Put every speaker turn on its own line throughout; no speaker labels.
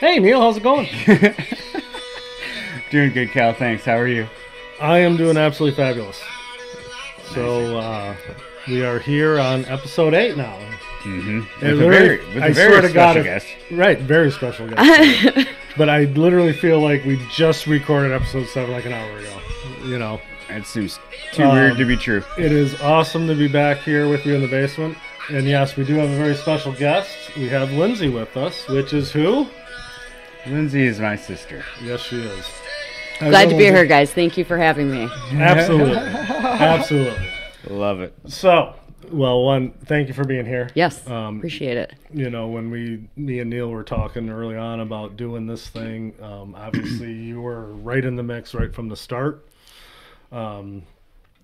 Hey Neil, how's it going?
Doing good, Cal. Thanks. How are you?
I am doing absolutely fabulous. So uh, we are here on episode eight now.
Mm-hmm.
It
With a
literally-
very, with a
I
very
swear to
special
God, if-
guest.
Right, very special guest. but I literally feel like we just recorded episode seven like an hour ago. You know,
That seems too
Um,
weird to be true.
it is awesome to be back here with you in the basement. And yes, we do have a very special guest. We have Lindsay with us, which is who?
Lindsay is my sister.
Yes, she is.
Glad to be here, guys. Thank you for having me.
Absolutely, absolutely.
Love it.
So, well, one, thank you for being here.
Yes,
Um,
appreciate it.
you know, when we, me and Neil were talking early on about doing this thing, um, obviously you were right in the mix right from the start. Um,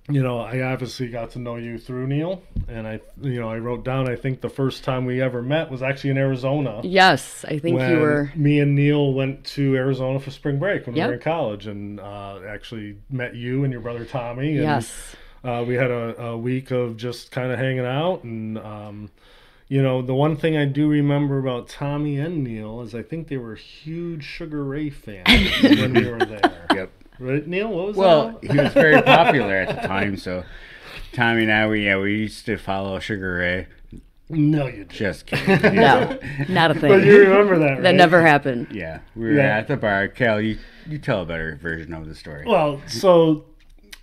you know, I obviously got to know you through Neil, and I, you know, I wrote down. I think the first time we ever met was actually in Arizona.
Yes, I think
when
you were.
me and Neil went to Arizona for spring break when we were
Yep.
in college, and uh, actually met you and your brother Tommy. And,
Yes,
uh, we had a, a week of just kind of hanging out and um, you know the one thing i do remember about tommy and neil is i think they were huge sugar ray fans when we were there
Yep.
right neil what was
Well,
that
he was very popular at the time, so Tommy and I, we yeah, we used to follow Sugar Ray.
no you did
Just kidding.
no, not a thing.
but you remember that right?
that never happened.
yeah, we were
Yeah.
at the bar. Cal, you you tell a better version of the story.
well so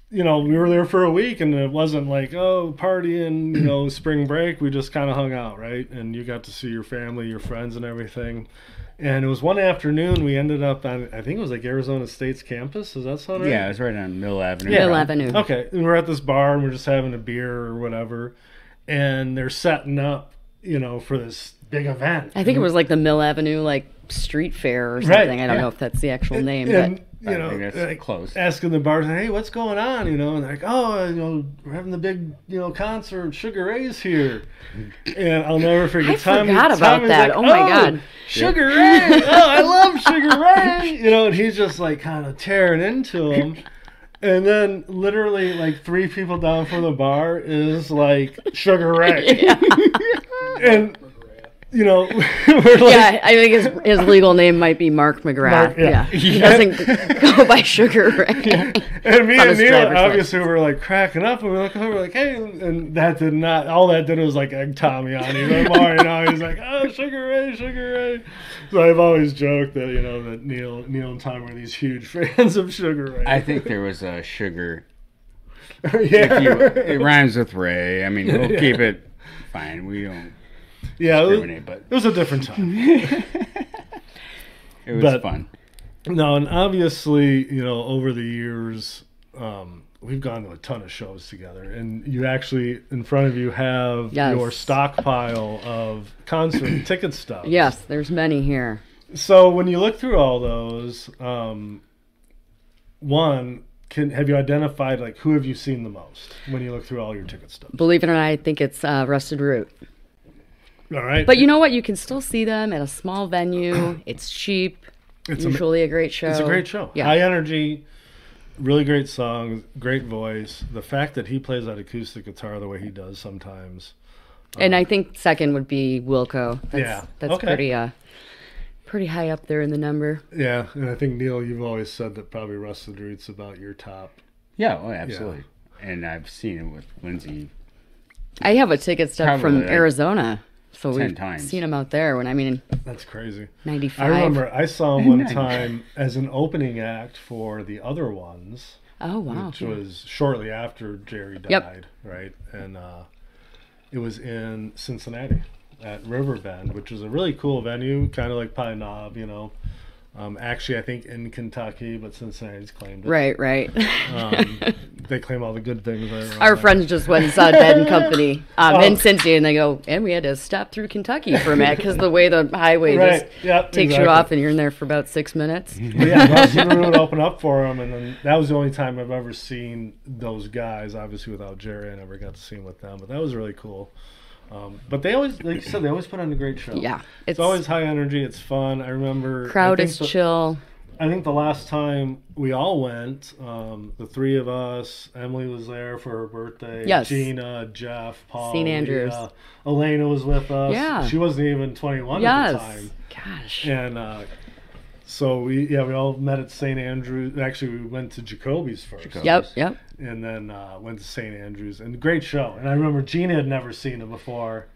you know we were there for a week and it wasn't like oh partying you know spring break we just kind of hung out right and you got to see your family your friends and everything and it was one afternoon we ended up on i think it was like arizona state's campus does that sound right
yeah, it was right on Mill Avenue.
Yeah.
Mill Avenue.
Okay, and we're at this bar and we're just having a beer or whatever, and they're setting up, you know, for this big event.
I think it was like the Mill Avenue, like street fair or
Right,
something. I don't
yeah.
know if that's the actual name,
and
but
you
I
know,
think that's
like,
close.
asking the bartender, "Hey, what's going on?" You know, and they're like, "Oh, you know, we're having the big, you know, concert. Sugar Ray's here." And I'll never forget.
I
Tommy,
forgot about
Tommy's
that.
like,
Oh my God."
Sugar Ray! Oh, I love Sugar Ray! You know, and he's just like kind of tearing into him. And then, literally, like three people down from the bar is like Sugar Ray, and you know, we're like,
yeah, I think his, his legal name might be Mark McGrath.
Mark, yeah.
yeah. he doesn't go by Sugar Ray.
And me
on
and
his
Neil
driver's
obviously were like cracking up, and we look over, like, hey, and that did not. All that did was like egg Tommy on him. And Mario, you know, he's like, oh, Sugar Ray, Sugar Ray. So I've always joked that you know that Neil, Neil and Tom were these huge fans of Sugar Ray.
I think there was a sugar
yeah,
You- it rhymes with Ray. I mean, we'll keep it fine. We don't
yeah. It
ruin
was,
it, but
it was a different time.
it was
But-
fun.
No, and obviously, you know, over the years, um, we've gone to a ton of shows together, and you actually, in front of you, have
Yes.
your stockpile of concert ticket stuff.
Yes, there's many here.
So when you look through all those, um, one, can have you identified like who have you seen the most when you look through all your ticket stuff?
Believe it or not, I think it's uh, Rusted Root.
All right,
But you know what? You can still see them at a small venue. It's cheap.
it's a,
usually a great show.
it's a great show.
Yeah.
High energy, really great songs, great voice. The fact that he plays that acoustic guitar the way he does sometimes.
and I think second would be Wilco. That's,
uh, Yeah.
That's
Okay.
pretty uh pretty high up there in the number.
Yeah, and I think Neil, you've always said that probably Rusted Roots about your top.
Yeah, oh, absolutely. And I've seen it with Lindsay.
I have a ticket stub from
Probably, like,
Arizona. So
10
we've
times.
seen him out there when I mean in
That's crazy.
ninety
I
five.
remember I saw him one
Nice.
time as an opening act for the other ones.
Oh wow.
which was shortly after Jerry died,
Yep.
right? And uh, it was in Cincinnati at River Bend, which was a really cool venue, kind of like Pine Knob, you know. Um, actually, I think in Kentucky, but Cincinnati's claimed it.
Right, right.
Um, they claim all the good things. that are
Our
around
friends just went and saw Dead and Company um,
Oh.
in Cincy, and they go, and we had to stop through Kentucky for a minute because the way the highway
there.
just
Yep,
takes
exactly.
you off, and you're in there for about six minutes.
But yeah, Russell Moon would open up for him, and then that was the only time I've ever seen those guys. Obviously, without Jerry, I never got to see him with them, but that was really cool. Um, but they always, like you said, they always put on a great show.
Yeah,
It's always high energy. It's fun. I remember.
crowd
I think
is
the-
chill.
I think the last time we all went, um, the three of us, Emily was there for her birthday.
Yes.
Gina, Jeff, Paul,
St. Andrews.
Leah, Elena was with us.
Yeah.
She wasn't even 21 at
Yes.
the time.
Gosh.
And uh, So we yeah we all met at St. Andrews. Actually, we went to Jacoby's first,
Jacoby.
Yep, yep.
and then uh, went to St. Andrews. And great show. And I remember Gina had never seen him before,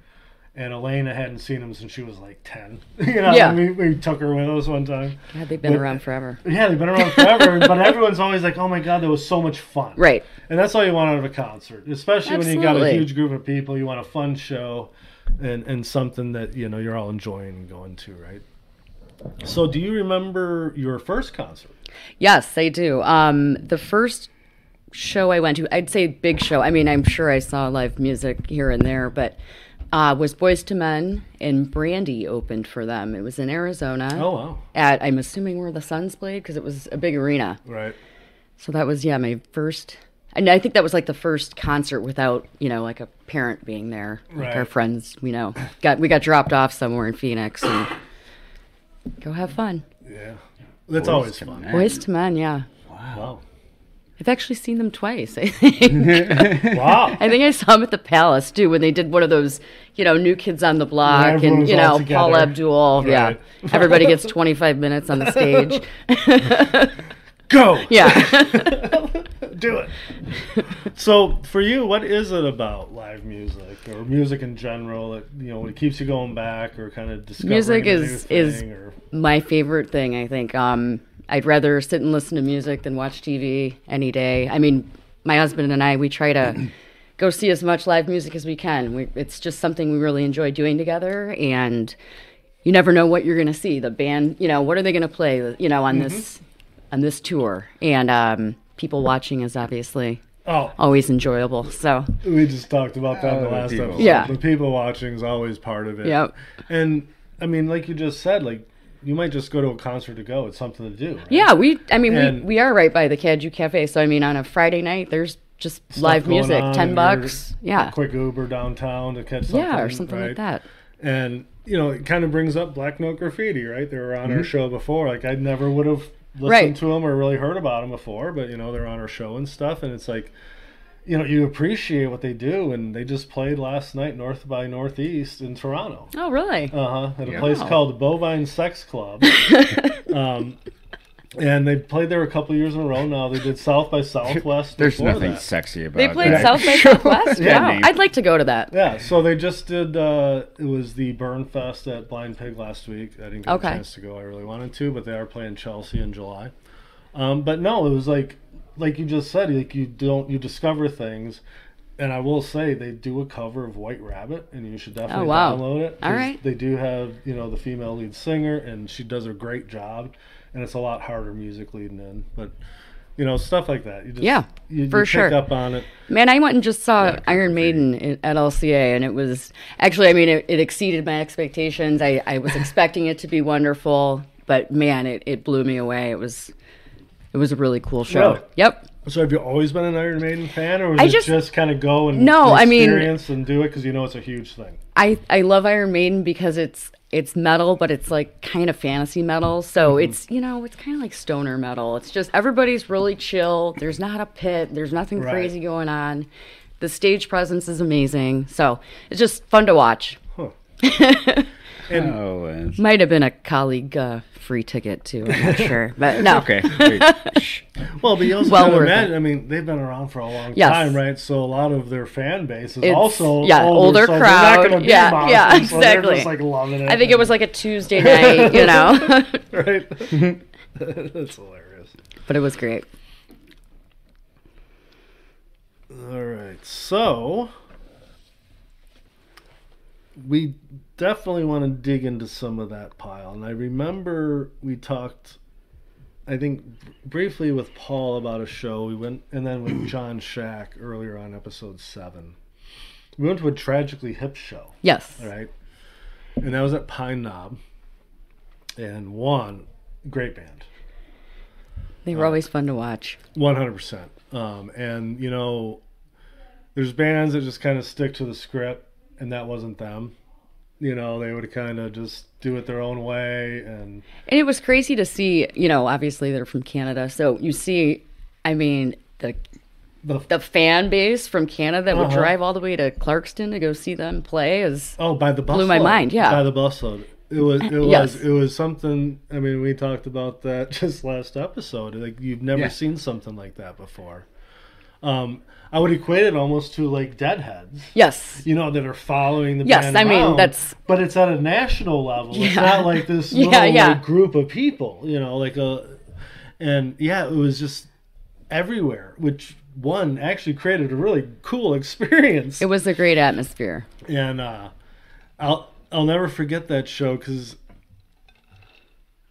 and Elena hadn't seen him since she was like ten. you know,
Yeah.
we, we took her with us one time.
God, they've been
But-
around forever.
Yeah, they've been around forever, but everyone's always like, "Oh my god, that was so much fun!"
Right.
and that's all you want out of a concert, especially when you got a
Absolutely.
huge group of people. You want a fun show, and and something that you know you're all enjoying and going to, right? So, do you remember your first concert?
Yes, they do. Um, the first show I went to, I'd say big show. I mean, I'm sure I saw live music here and there, but uh, was Boys to Men and Brandy opened for them. It was in Arizona
Oh wow,
at I'm assuming where the Suns played because it was a big arena.
right,
So that was yeah my first, and I think that was like the first concert without you know like a parent being there. Like our
Right.
friends, you know, got we got dropped off somewhere in Phoenix and go have fun.
yeah, that's
Boyz
always
II
fun.
Men.
Boys to Men, yeah.
Wow,
I've actually seen them twice. I think.
wow.
I think I saw them at the Palace too when they did one of those, you know, new kids on the block and
everyone's
you
all
know Paul
together.
Abdul.
Right.
Yeah, everybody gets 25 minutes on the stage.
Go,
yeah,
do it. so, for you, what is it about live music or music in general that you know it keeps you going back or kind of discovering
Music
a new
is- is-
thing or-
my favorite thing. I think um, I'd rather sit and listen to music than watch TV any day. I mean, my husband and I we try to go see as much live music as we can. We, it's just something we really enjoy doing together and. you never know what you're going to see the band you know what are they going to play you know on this
Mm-hmm.
on this tour and um, people watching is obviously
oh
always enjoyable so
We just talked about that in the
Oh,
last
people.
episode.
Yeah.
The people watching is always part of it.
Yep.
And I mean, like you just said, like you might just go to a concert to go. It's something to do. right?
yeah we i mean
And-
we, we are right by the kaju cafe so i mean on a friday night there's just
Stuff
live
going
music
on
10
and you're-
bucks
a
yeah
Quick Uber downtown to catch something.
yeah or something
right?
like that
And you know, it kind of brings up Black Note Graffiti, right? They were on
Mm-hmm.
our show before. Like I never would have listened
Right.
to them or really heard about them before, but you know, they're on our show and stuff. And it's like, you know, you appreciate what they do. And they just played last night, North by Northeast in Toronto.
oh really
Uh huh. At a
Yeah.
place
Wow.
called Bovine Sex Club. um, and they played there a couple years in a row. Now they did South by Southwest.
There's
before
nothing
that.
sexy about
they played
that.
south by southwest
Yeah.
wow i'd like to go to that
Yeah, so they just did. Uh, it was the Burn Fest at Blind Pig last week. I didn't get
Okay.
a chance to go. I really wanted to, but they are playing Chelsea in July. Um, but no, it was like, like you just said, like you don't you discover things. And I will say they do a cover of White Rabbit, and you should definitely
Oh, wow.
download it.
All
'cause
right.
They do have you know the female lead singer, and she does a great job. And it's a lot harder music leading in, but you know stuff like that. You just,
Yeah,
you,
for
you
sure.
pick up on it.
Man, I went and just saw Iron Maiden i- at LCA, and it was actually, I mean, it, it exceeded my expectations. I, I was expecting it to be wonderful, but man, it, it blew me away. It was it was a really cool show.
Really?
Yep.
So have you always been an Iron Maiden fan, or was
I
it
just-
just, kind of go and
No, I mean-
experience and do it because you know it's a huge thing?
I, I love Iron Maiden because it's it's metal, but it's like kind of fantasy metal. So
Mm-hmm.
it's you know it's kind of like stoner metal. It's just everybody's really chill. There's not a pit. There's nothing
Right.
crazy going on. The stage presence is amazing. So it's just fun to watch.
Oh, and-
Might have been a colleague uh, free ticket too. I'm not sure, but no.
okay. Wait, shh.
Well, but you also
Well
gotta
worth
imagine. I mean, they've been around for a long
Yes.
time, right? So a lot of their fan base is
It's-
also
yeah, older
older, so they're not
crowd.
gonna be
Yeah,
monsters, so
yeah,
they're
exactly.
just, like loving it.
I think it was like a Tuesday night, you know,
right. That's hilarious.
but it was great.
All right, so we definitely want to dig into some of that pile. And I remember we talked, I think, briefly with Paul about a show we went, and then with John Shack earlier on episode seven. We went to a tragically hip show,
Yes,
right? And that was at Pine Knob. And one great band.
they were always fun to watch.
One hundred percent. Um, and you know, there's bands that just kind of stick to the script, and that wasn't them. You know, they would kind of just do it their own way, and
And it was crazy to see, you know, obviously they're from Canada. So you see, I mean, the
the,
the fan base from Canada that would
Uh-huh.
drive all the way to Clarkston to go see them play is
oh, by the busload
Blew my mind, yeah.
by the busload. It was it was
Yes.
it was something. I mean, we talked about that just last episode. Like you've never
Yeah.
seen something like that before. Um, I would equate it almost to like deadheads,
Yes.
you know, that are following the
Yes,
band
I mean,
around,
that's-
But it's at a national level. It's
Yeah.
not like this
Yeah,
little like,
yeah.
group of people, you know, like a, and yeah, it was just everywhere. Which one actually created a really cool experience
It was a great atmosphere.
and uh, I'll I'll never forget that show because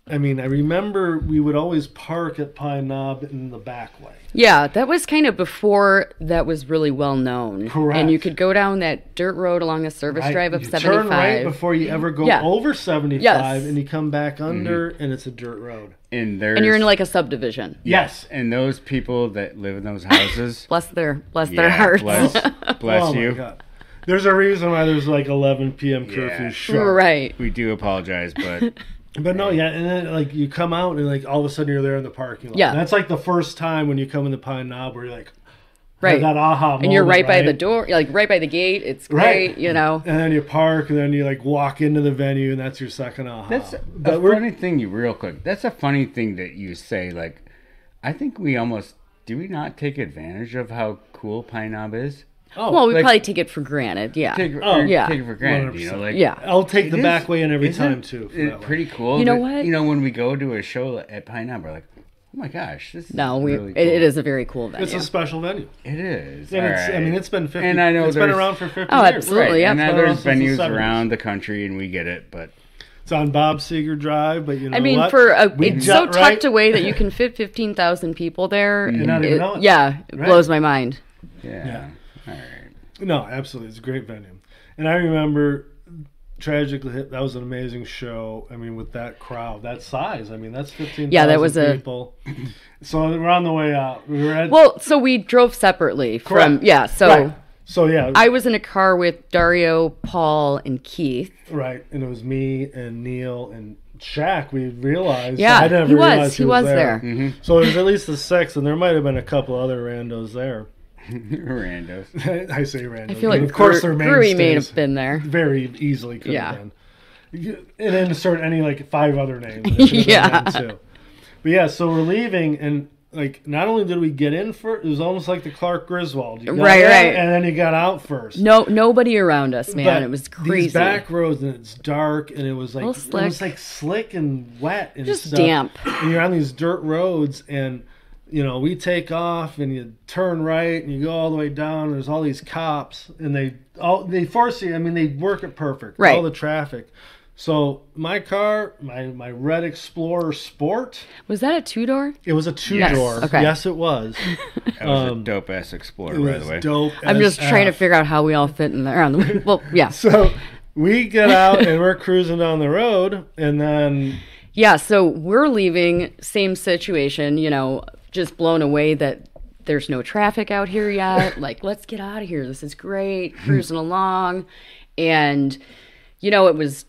I mean I remember we would always park at Pine Knob in the back way.
Yeah, that was kind of before that was really well known.
Correct.
And you could go down that dirt road along the service
I-
drive of
you turn
75.
right before you ever go
Yeah.
over seventy five,
Yes.
and you come back under, and it's a dirt road.
And there's
and you're in like a subdivision.
Yes,
and those people that live in those houses.
Bless their bless
yeah,
their hearts.
Bless, bless
oh
you.
my god. There's a reason why there's like 11 p.m. curfew.
Yeah.
Sure,
right.
We do apologize, but
but no, yeah, and then like you come out and like all of a sudden you're there in the parking lot.
Yeah.
that's like the first time when you come in the Pine Knob where you're like, have
Right.
that aha moment,
and you're right, by the
right?
door, like right by the gate. It's
Right.
great, you know.
and then you park, and then you like walk into the venue, and that's your second aha.
that's a
but we're
funny thing. You real quick. That's a funny thing that you say. Like, I think we almost do we not take advantage of how cool Pine Knob is.
oh,
well, we
like-
probably take it for granted. Yeah.
Take,
Oh,
or
yeah.
take it for granted. You know,
100%.
like
yeah.
I'll take the
It
back
is-
way in every
isn't
time too. for
it
that one.
pretty cool.
You know
that-
what?
You know when we go to a show at Pine Knob, we're like, oh my gosh, this.
no,
is
we
really
it, it
cool."
is a very cool venue.
It's a special venue.
It is.
And it's, I
alright.
mean, it's been 50.
And I know
it's been
there's-
around for 50
Oh,
years.
absolutely.
Right,
yeah.
And now
Been
there's
around since
venues
the 70s.
around the country, and we get it, but
It's on Bob Seger Drive, but you know
I mean,
what?
for a,
We
it's so
got
tucked
right-
away that you can fit fifteen thousand people there.
And not even know it.
Yeah, it
Right.
blows my mind.
yeah.
Yeah.
All right.
No, absolutely. It's a great venue. And I remember Tragically Hip, that was an amazing show. I mean, with that crowd, that size. I mean, that's 15,000
Yeah, that was a-
people. So we're on the way out. We were at.
Well, so we drove separately
Correct.
from yeah. So
Right. So yeah,
I was in a car with Dario, Paul, and Keith.
Right, and it was me and Neil and Shaq. We realized.
Yeah,
I never
he was.
realized
He was there.
So it was at least the six, and there might have been a couple other randos there.
Randos.
I say randos.
I feel like
of course
Gru-
they're
Gruy may
mainstays.
have been there.
Very easily could
Yeah.
have been. You- And then insert any like five other names. that could have been
Yeah.
them, too. But yeah, so we're leaving, and like not only did we get in first, it was almost like the Clark Griswold. You got
Right,
in,
right.
And then you got out first.
No, nobody around us, man.
But
it was
These
crazy.
back roads and it's dark and it was like
Little
it was
slick.
like slick and wet and
Just
stuff.
damp.
And you're on these dirt roads and you know we take off and you turn right and you go all the way down. And there's all these cops and they all they force you. I mean they work it perfect.
Right.
All the traffic. So my car, my my red Explorer Sport,
Was that a two door?
it was a two door. Yes,
Okay.
it was.
That was a dope ass explorer,
Um, It
by
was
the way.
dope.
I'm
as
just trying to
F.
figure out how we all fit in there. On the, well, yeah,
So we get out and we're cruising down the road, and then
yeah. So we're leaving. Same situation. You know, just blown away that there's no traffic out here yet. like, let's get out of here. This is great. Cruising along, and you know, it was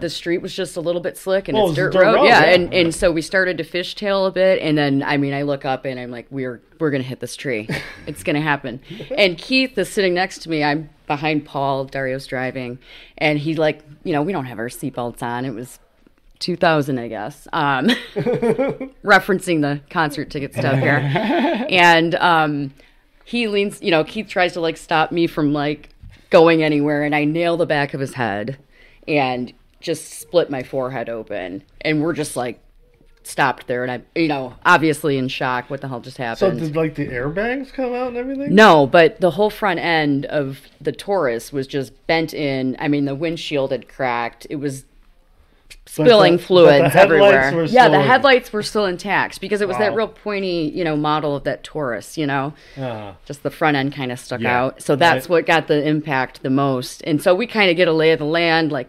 the street was just a little bit slick and
Well,
it's
it
dirt
was
road.
dirt road,
yeah,
yeah.
And, and so we started to fishtail a bit and then I mean I look up and I'm like we're we're gonna hit this tree. it's gonna happen. And Keith is sitting next to me. I'm behind Paul. Dario's driving, and he like you know we don't have our seatbelts on. It was 2000 I guess. Um, referencing the concert ticket stuff here, and um, he leans. You know Keith tries to like stop me from like going anywhere, and I nail the back of his head and just split my forehead open. And we're just like stopped there. And I'm, you know, obviously in shock. What the hell just
so
happened?
did like the airbags come out and everything?
no, but the whole front end of the Taurus was just bent in. I mean, the windshield had cracked. It was spilling
but the
fluids
headlights
everywhere.
were
yeah, the
still-
headlights were still intact because it was that
Wow.
real pointy, you know, model of that Taurus, you know
Uh,
just the front end kind of stuck
Yeah.
out. So that's
Right.
what got the impact the most. And so we kind of get a lay of the land. Like,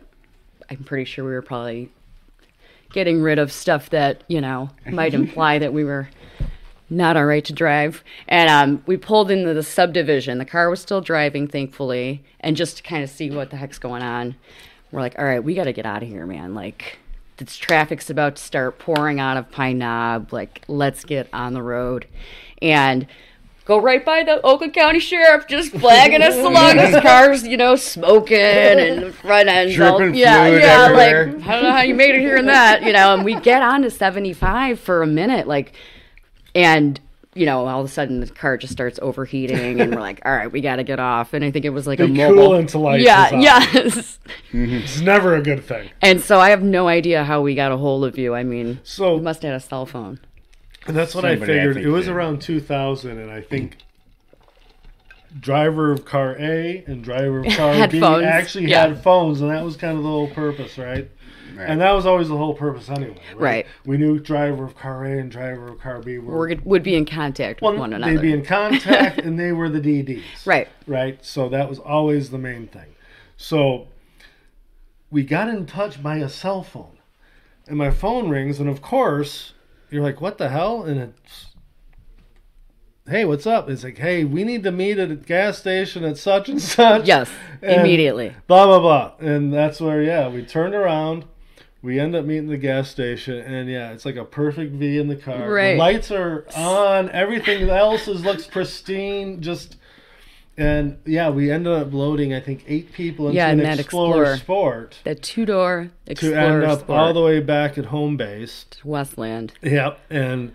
I'm pretty sure we were probably getting rid of stuff that, you know, might imply that we were not all right to drive. And um, we pulled into the subdivision. The car was still driving, thankfully. And just to kind of see what the heck's going on, we're like, all right, we got to get out of here, man. Like, this traffic's about to start pouring out of Pine Knob. Like, let's get on the road. And go right by the Oakland County Sheriff, just flagging us along. His car's, you know, smoking and front ends. all-
Dripping
yeah,
fluid
yeah.
everywhere.
Like I don't know how you made it here and that, you know. And we get on to seventy five for a minute, like, and you know, all of a sudden the car just starts overheating, and we're like, all right, we got to get off. And I think it was like a
Be
mobile.
cool until lights is
yeah,
on.
yes.
It's never a good thing.
And so I have no idea how we got a hold of you. I mean,
So-
you must have had a cell phone.
And that's what I
Somebody, I
figured.
think,
it was
did.
around 2000, and I think driver of car A and driver of car B
Headphones,
actually
yeah.
had phones, and that was kind of the whole purpose, right?
Right.
And that was always the whole purpose anyway. Right.
Right.
We knew driver of car A and driver of car B were
We're, would be in contact with
Well,
one another.
they'd be in contact, and they were the DDs.
right.
right? So that was always the main thing. So we got in touch by a cell phone, and my phone rings, and of course, you're like, "What the hell?" And it's, "Hey, what's up?" It's like, "Hey, we need to meet at a gas station at such and such."
Yes,
And-
immediately.
Blah blah blah, and that's where yeah, we turned around. We end up meeting at the gas station, and yeah, it's like a perfect V in the car.
Right.
The lights are on. Everything else is looks pristine. Just and yeah, we ended up loading I think eight people into
Yeah,
an
in that
Explorer,
Explorer.
Sport
The two door
to
Explorer
end up
Sport
all the way back at home base.
to Westland.
Yep, and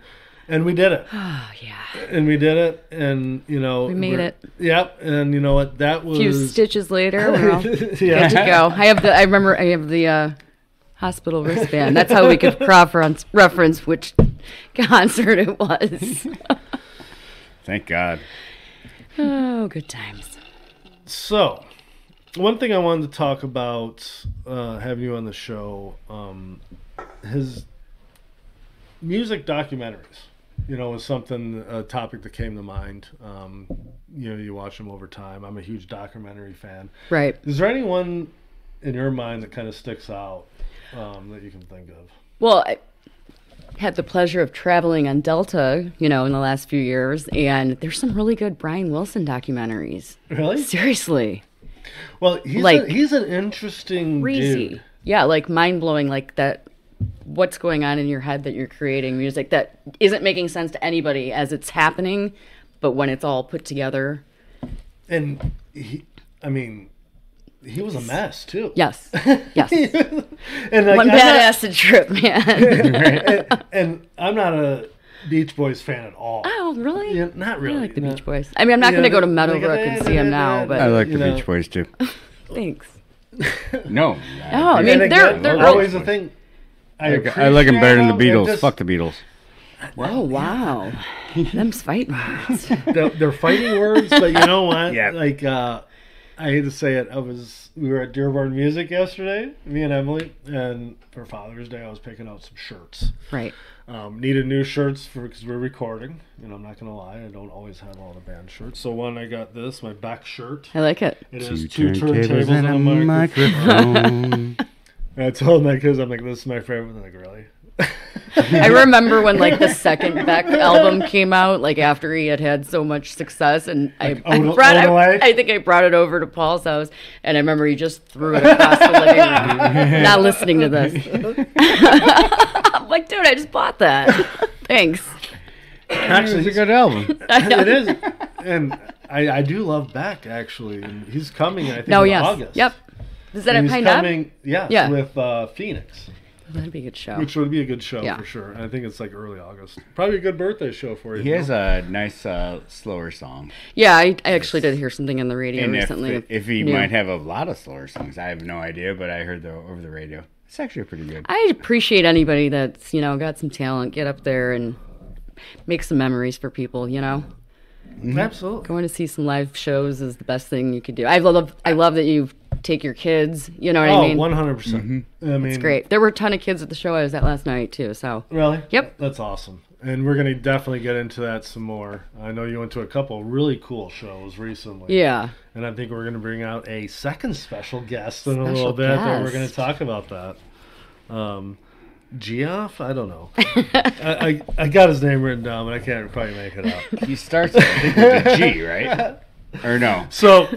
and we did it,
Oh yeah.
and we did it, and you know
We made
we're-
it.
Yep, and you know what? That
A
was
few stitches later, we're all good
yeah.
to go. I have the. I remember. I have the uh, hospital wristband. That's how we could reference reference which concert it was.
Thank God.
oh, good times.
So, one thing I wanted to talk about uh, having you on the show, um, his music documentaries. You know, was something a topic that came to mind. Um, you know, you watch them over time. I'm a huge documentary fan.
Right.
Is there anyone in your mind that kind of sticks out um, that you can think of?
Well, I had the pleasure of traveling on Delta, you know, in the last few years, and there's some really good Brian Wilson documentaries.
Really?
Seriously,
Well, he's
Like-
a, he's an interesting
crazy.
dude.
Yeah, like mind blowing. Like that. What's going on in your head that you're creating music that isn't making sense to anybody as it's happening, but when it's all put together,
and he, I mean, he was a mess too.
yes, yes,
and like,
one
I'm not-
badass trip, man.
and, and I'm not a Beach Boys fan at all.
oh, really?
Yeah, not really.
I like the
no.
Beach Boys. I mean, I'm not
Yeah,
going to go to
they- they got
Meadowbrook and see them now,
I
Uh,
but
like
you
the
know-
Beach Boys too.
thanks.
No.
Oh, I mean,
And
they're
again,
they're
all-
really
always a thing. I,
Like, I like them better than the
appreciate
Beatles.
them,
Fuck the Beatles.
Oh wow, them's fighting words.
they're, they're fighting words, but you know what?
Yeah.
Like, uh, I hate to say it. I was we were at Dearborn Music yesterday, me and Emily, and for Father's Day, I was picking out some shirts.
right.
Um, needed new shirts for because we're recording. You know, I'm not gonna lie, I don't always have all the band shirts. So one, I got this, my back shirt.
I like it.
It is two turntables and a microphone.
microphone.
I told my kids, I'm like, this is my favorite. And they're like, really?
I remember when like the second Beck album came out, like after he had had so much success, and I, I
Old-
brought
Old
I,
Way?
I think I brought it over to Paul's house, and I remember he just threw it across the living room. Not listening to this. I'm like, dude, I just bought that. Thanks.
Actually,
it's a good album.
it is. And I, I do love Beck, actually. And he's coming, I think,
No,
in
yes.
August.
Yep. Is that
And
a
he's
pine
coming, yes,
Yeah.
with uh, Phoenix,
That'd be a good show.
which would be a good show
Yeah.
for sure. And I think it's like early August. Probably a good birthday show for you.
He
you
has
know?
a nice, uh, slower song.
Yeah, I, I actually did hear something on the radio
And if,
recently.
if he
new.
might have a lot of slower songs, I have no idea, but I heard the over the radio. It's actually pretty good.
I appreciate anybody that's you know got some talent, get up there and make some memories for people. You know,
Absolutely.
going to see some live shows is the best thing you could do. I love, I love that you take your kids. You know what
Oh,
I mean?
100%. percent I mean,
Great. There were a ton of kids at the show I was at last night too. So
Really?
Yep.
That's awesome. And we're going to definitely get into that some more. I know you went to a couple really cool shows recently.
yeah,
And I think we're going to bring out a second special guest in a
Special
little bit that we're
guest.
going to talk about that. Um, Geoff? I don't know. I, I, I got his name written down, but I can't quite make it out.
He starts I think, with a G, right? Or no?
So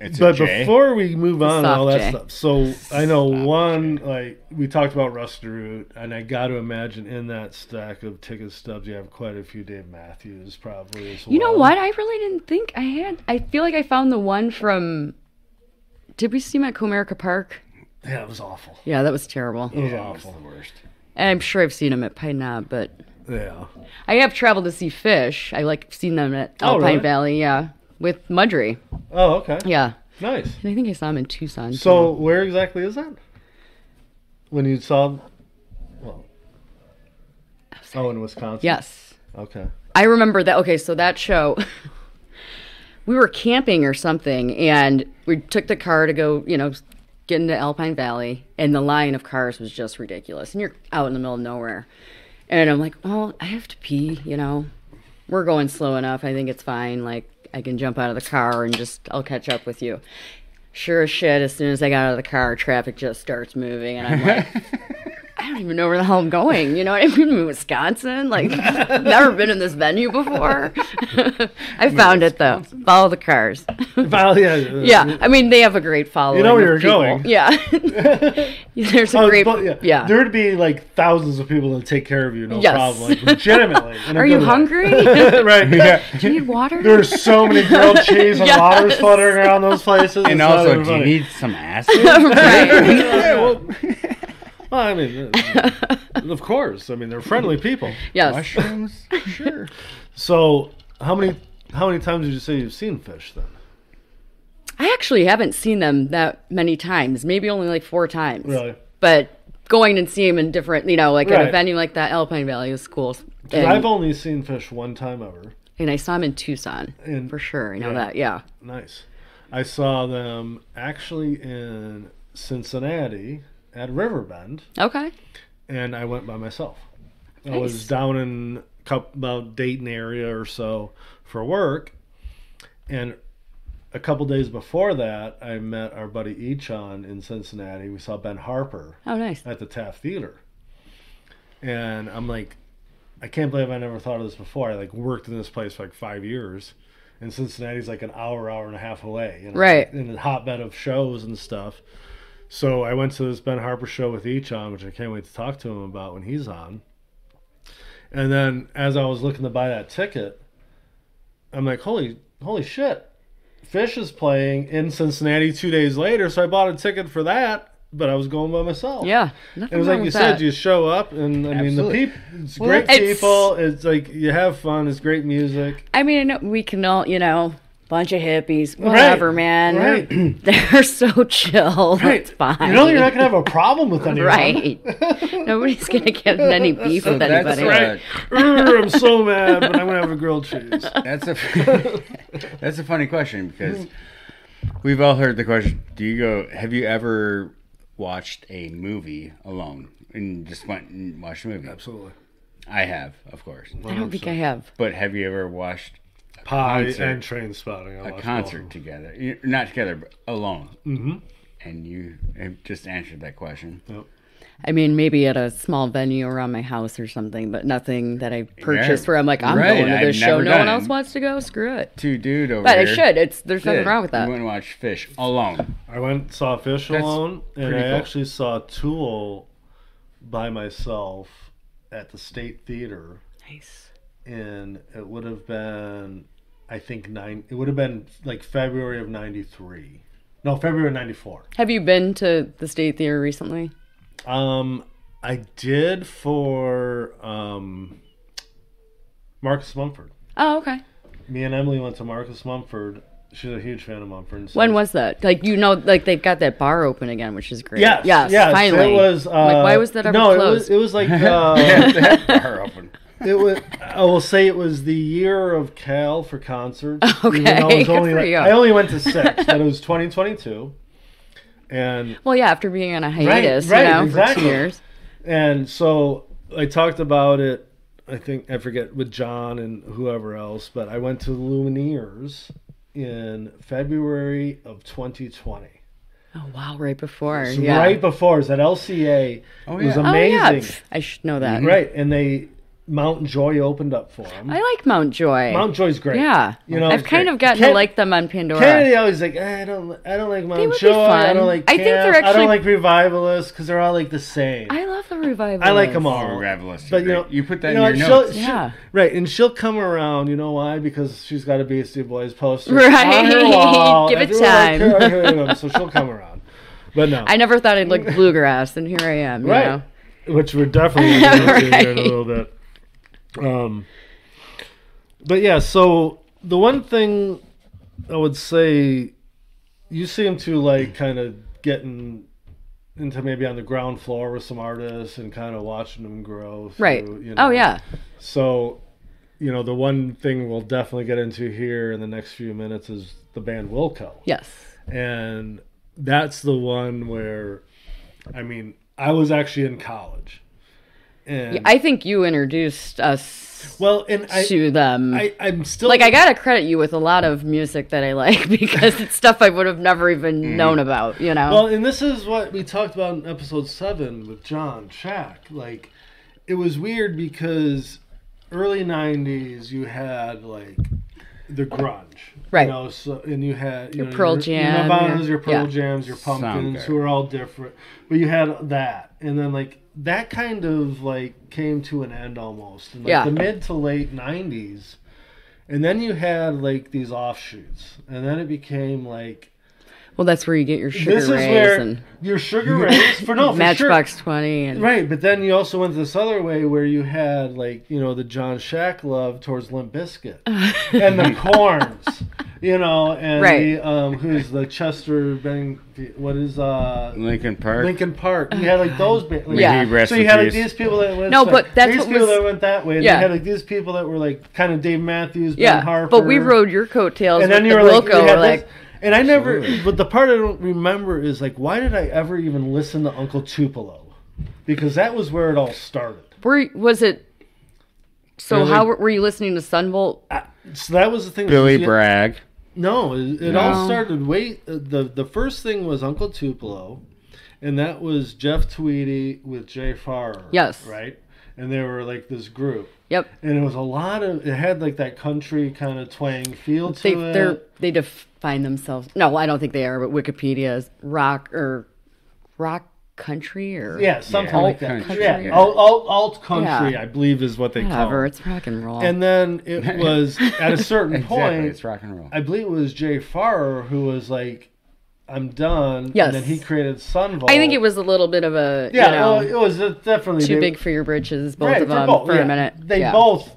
It's
but
a J.
before we move on and all that
soft J.
stuff, so I know one like we talked about Rustaroot, and I got to imagine in that stack of ticket stubs you have quite a few Dave Matthews probably. As well.
You know what? I really didn't think I had. I feel like I found the one from. Did we see him at Comerica Park?
Yeah, it was awful.
Yeah, that was terrible.
It was
Yeah, Oh, it's the
awful.
worst.
And I'm sure I've seen him at Pine Knob, but
Yeah.
I have traveled to see fish. I like seen them at
Oh,
Alpine
really?
Valley, yeah, with Mudry.
Oh, okay.
Yeah,
Nice.
and I think I saw him in Tucson.
So where exactly is that? When you saw, well, oh, in Wisconsin.
yes,
Okay.
I remember that. Okay, so that show, we were camping or something, and we took the car to go, you know, get into Alpine Valley, and the line of cars was just ridiculous. And you're out in the middle of nowhere. And I'm like, well, I have to pee, you know. We're going slow enough. I think it's fine. Like, I can jump out of the car and just, I'll catch up with you. Sure as shit, as soon as I got out of the car, traffic just starts moving, and I'm like, I don't even know where the hell I'm going. You know what I mean? I'm in Wisconsin. Like, never been in this venue before. I found it though. Follow the cars.
Well, yeah. yeah.
yeah, I mean they have a great following.
know where
of
you're
people.
going.
Yeah, there's a
Oh,
great.
but, yeah.
yeah.
There'd be like thousands of people to take care of you, no
Yes.
problem. Like, legitimately. in a
Are you
good way.
hungry?
right. Yeah.
Do you need water?
There were so many grilled cheese and
Yes.
waters fluttering around those places.
And
It's not
also,
even
do you
funny.
need some acid?
right.
Yeah, well, well, I mean, uh, of course. I mean, they're friendly people.
Yes.
Mushrooms? Sure.
So, how many how many times did you say you've seen fish then?
I actually haven't seen them that many times. Maybe only like four times.
Really?
But going and seeing them in different, you know, like at a
Right.
venue like that, Alpine Valley is cool.
'Cause
And-
I've only seen fish one time ever.
And I saw him in Tucson
In-
for sure. I know
yeah.
that. Yeah.
Nice. I saw them actually in Cincinnati at Riverbend.
Okay.
and I went by myself. I
Nice.
was down in Cup- about Dayton area or so for work, and a couple days before that, I met our buddy Echon in Cincinnati. We saw Ben Harper
Oh, nice.
at the Taft Theater, and I'm like, I can't believe I never thought of this before. I like worked in this place for like five years, and Cincinnati's like an hour, hour and a half away, you know,
Right.
In the hotbed of shows and stuff. So I went to this Ben Harper show with Echon, which I can't wait to talk to him about when he's on. And then as I was looking to buy that ticket, I'm like, holy, holy shit. Fish is playing in Cincinnati two days later, so I bought a ticket for that, but I was going by myself.
Yeah.
It
Nothing
was
wrong
like you
with
said,
that.
you show up, and I
Absolutely.
mean, the people, it's
Well,
great
it's-
people. It's like you have fun. It's great music.
I mean, I know we can all, you know, bunch of hippies, whatever, man.
Right.
They're so chill. It's fine.
You know, you're not gonna have a problem with anyone.
Right. Nobody's going to get in any beef
So
with
that's
anybody.
right.
Right. Urgh, I'm so mad, but I'm gonna have a grilled cheese.
That's a that's a funny question because we've all heard the question. Do you go? Have you ever watched a movie alone and just went and watched a movie?
Absolutely.
I have, of course.
I don't think I have.
But have you ever watched a
Pie
concert,
and train spotting. I
a
watched
concert
all of
together? You- Not together, but alone.
Mhm.
And you have just answered that question.
them. Yep.
I mean, maybe at a small venue around my house or something, but nothing that I purchased
Yeah.
where I'm like, I'm
Right,
going to
I've
this show.
never
No one
done it.
else wants to go. Screw it.
Two dude over
But I
here.
should. It's There's nothing
did.
wrong with that.
You went and watched Fish alone.
I went saw Fish
That's
alone, and
pretty
I
cool.
actually saw Tool by myself at the State Theater.
Nice.
in it would have been I think nine it would have been like February of ninety three. No, February of ninety four.
Have you been to the State Theater recently?
Um I did for um Marcus Mumford.
Oh, okay.
Me and Emily went to Marcus Mumford. She's a huge fan of Mumford. and so-
When was that? Like you know, like they've got that bar open again, which is great.
Yes,
yes,
yes,
finally.
It was. Uh,
like, why was that ever
no,
closed?
it was. It was like uh,
That bar open.
it was. I will say it was the year of Cal for concerts. even
Okay,
though it was
good
only
for
like-
you.
I only went to six, but it was 2022, and
well, yeah, after being on a hiatus,
right,
you know, for
exactly.
two years.
And so I talked about it. I think I forget with John and whoever else, but I went to the Lumineers in February of 2020.
Oh wow, right before.
So
yeah.
Right before is that LCA.
Oh,
It was
yeah.
Oh yeah,
amazing.
Pff, I should know that.
Right, and they Mount Joy opened up for him.
I like Mountjoy.
Mount Joy's great.
yeah,
you know,
I've kind of gotten
Ken-
to like them on Pandora.
Kennedy always like "Eh, I don't I don't like Mount
would be
Joy. I
fun.
don't like
I think they're
camp. I
actually-
don't like revivalists because they're all like the same.
I love the revival.
I like them all.
Revivalists are
But you
great.
know,
You put that
you
in
know,
your
she'll-
notes.
she'll-
Yeah.
right. And she'll come around. You know why? Because she's got a Beastie Boys poster on her
Right.
wall.
Give it
Everyone
time.
will care who it is, so she'll come around. But no,
I never thought I'd look bluegrass, and here I am. You
right?
know?
Which we're definitely going to do here in a
Right.
little bit. Um, but yeah, so the one thing I would say, you seem to like kind of getting into maybe on the ground floor with some artists and kind of watching them grow. through,
Right.
you
Oh
know.
yeah.
So, you know, the one thing we'll definitely get into here in the next few minutes is the band Wilco.
Yes.
And that's the one where, I mean, I was actually in college. And,
I think you introduced us
well, and I,
to them.
I, I'm still
like I gotta credit you with a lot of music that I like because it's stuff I would have never even known about. You know.
Mm-hmm. Well, and this is what we talked about in episode seven with John Shack. Like, it was weird because early '90s you had like the grunge,
Right.
You know, so and you had you
Your
know,
Pearl
your,
Jam,
your Nirvana's,
your-
your Pearl
yeah.
Jams, your Pumpkins,
Soundgarden.
who are all different. But you had that, and then like that kind of like came to an end almost. in like,
Yeah.
the mid to late '90s. And then you had like these offshoots, and then it became like
Well, that's where you get your sugar
this is
rays
where
and
your sugar rays for no for
Matchbox Twenty and
sure. right but then you also went this other way where you had like you know the john shack love towards limp bizkit and the corns you know and
Right.
the, um who's the chester Bing, what is uh
Lincoln Park.
Lincoln Park. You had like those, ba- like,
May
Uh, Yeah.
he rest
So you
in
had like
peace.
these people that went
No,
this way,
but that's
these
what
people
was-
that went that way. And
Yeah.
you had like these people that were like kind of Dave Matthews, Ben
yeah.
Harper.
But we rode your coattails
and
with
then
the
you were like, you
Wilco.
had
We're like,
this- and I never. But the part I don't remember is like, why did I ever even listen to Uncle Tupelo? Because that was where it all started.
were was it? So
Really?
how were you listening to Sunbolt?
Uh, So that was the thing.
Billy
Yeah.
Bragg.
No, it, it all
No.
started. Wait, uh, the the first thing was Uncle Tupelo, and that was Jeff Tweedy with Jay Farr.
Yes.
right. And they were like this group,
Yep.
and it was a lot of. It had like that country kind of twang feel to
They
it.
they're, they define themselves. No, I don't think they are. But Wikipedia is rock or rock country or
yeah, something
Yeah.
like
Alt
that.
country.
Yeah, alt, alt, alt country,
Yeah.
I believe, is what they call.
whatever.
it.
It's rock and roll.
And then it was at a certain
Oh. Exactly.
point,
It's rock and roll.
I believe it was Jay Farrer who was like, "I'm done."
Yes.
And then he created Sunvolt.
I think it was a little bit of a
Yeah,
you know,
well, it was uh, definitely
too
they-
big for your britches, both
right,
of
for
them
both,
for
yeah.
a minute.
They
Yeah.
both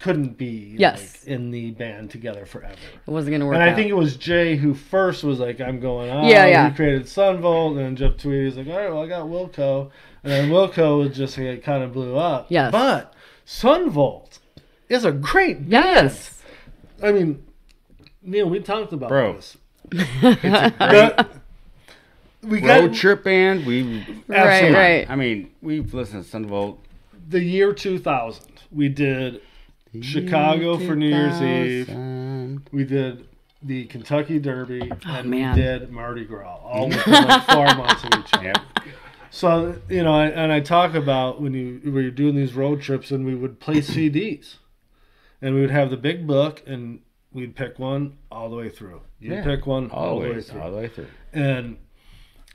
couldn't be
Yes.
like, in the band together forever.
It wasn't gonna work.
And I
out.
think it was Jay who first was like, "I'm going out."
Yeah, yeah.
He created Sunvolt, and then Jeff Tweedy was like, "All right, well, I got Wilco," and then Wilco was just like, it kind of blew up.
Yes.
But Sunvolt is a great.
yes.
I mean, Neil, we talked about
Bro.
this.
It's a great
The- we
road
got
trip band. We.
Right,
Absolutely.
right.
I mean, we've listened to Sunvolt.
the year 2000. We did Chicago for New Year's Eve.
Um,
We did the Kentucky Derby, and
man.
we did Mardi Gras, all within like four months of each other.
Yep.
So you know, I, and I talk about when you when you're doing these road trips, and we would play CDs, and we would have the big book, and we'd pick one all the way through. You'd
Yeah.
pick one all the way
Always.
through.
All the way through.
and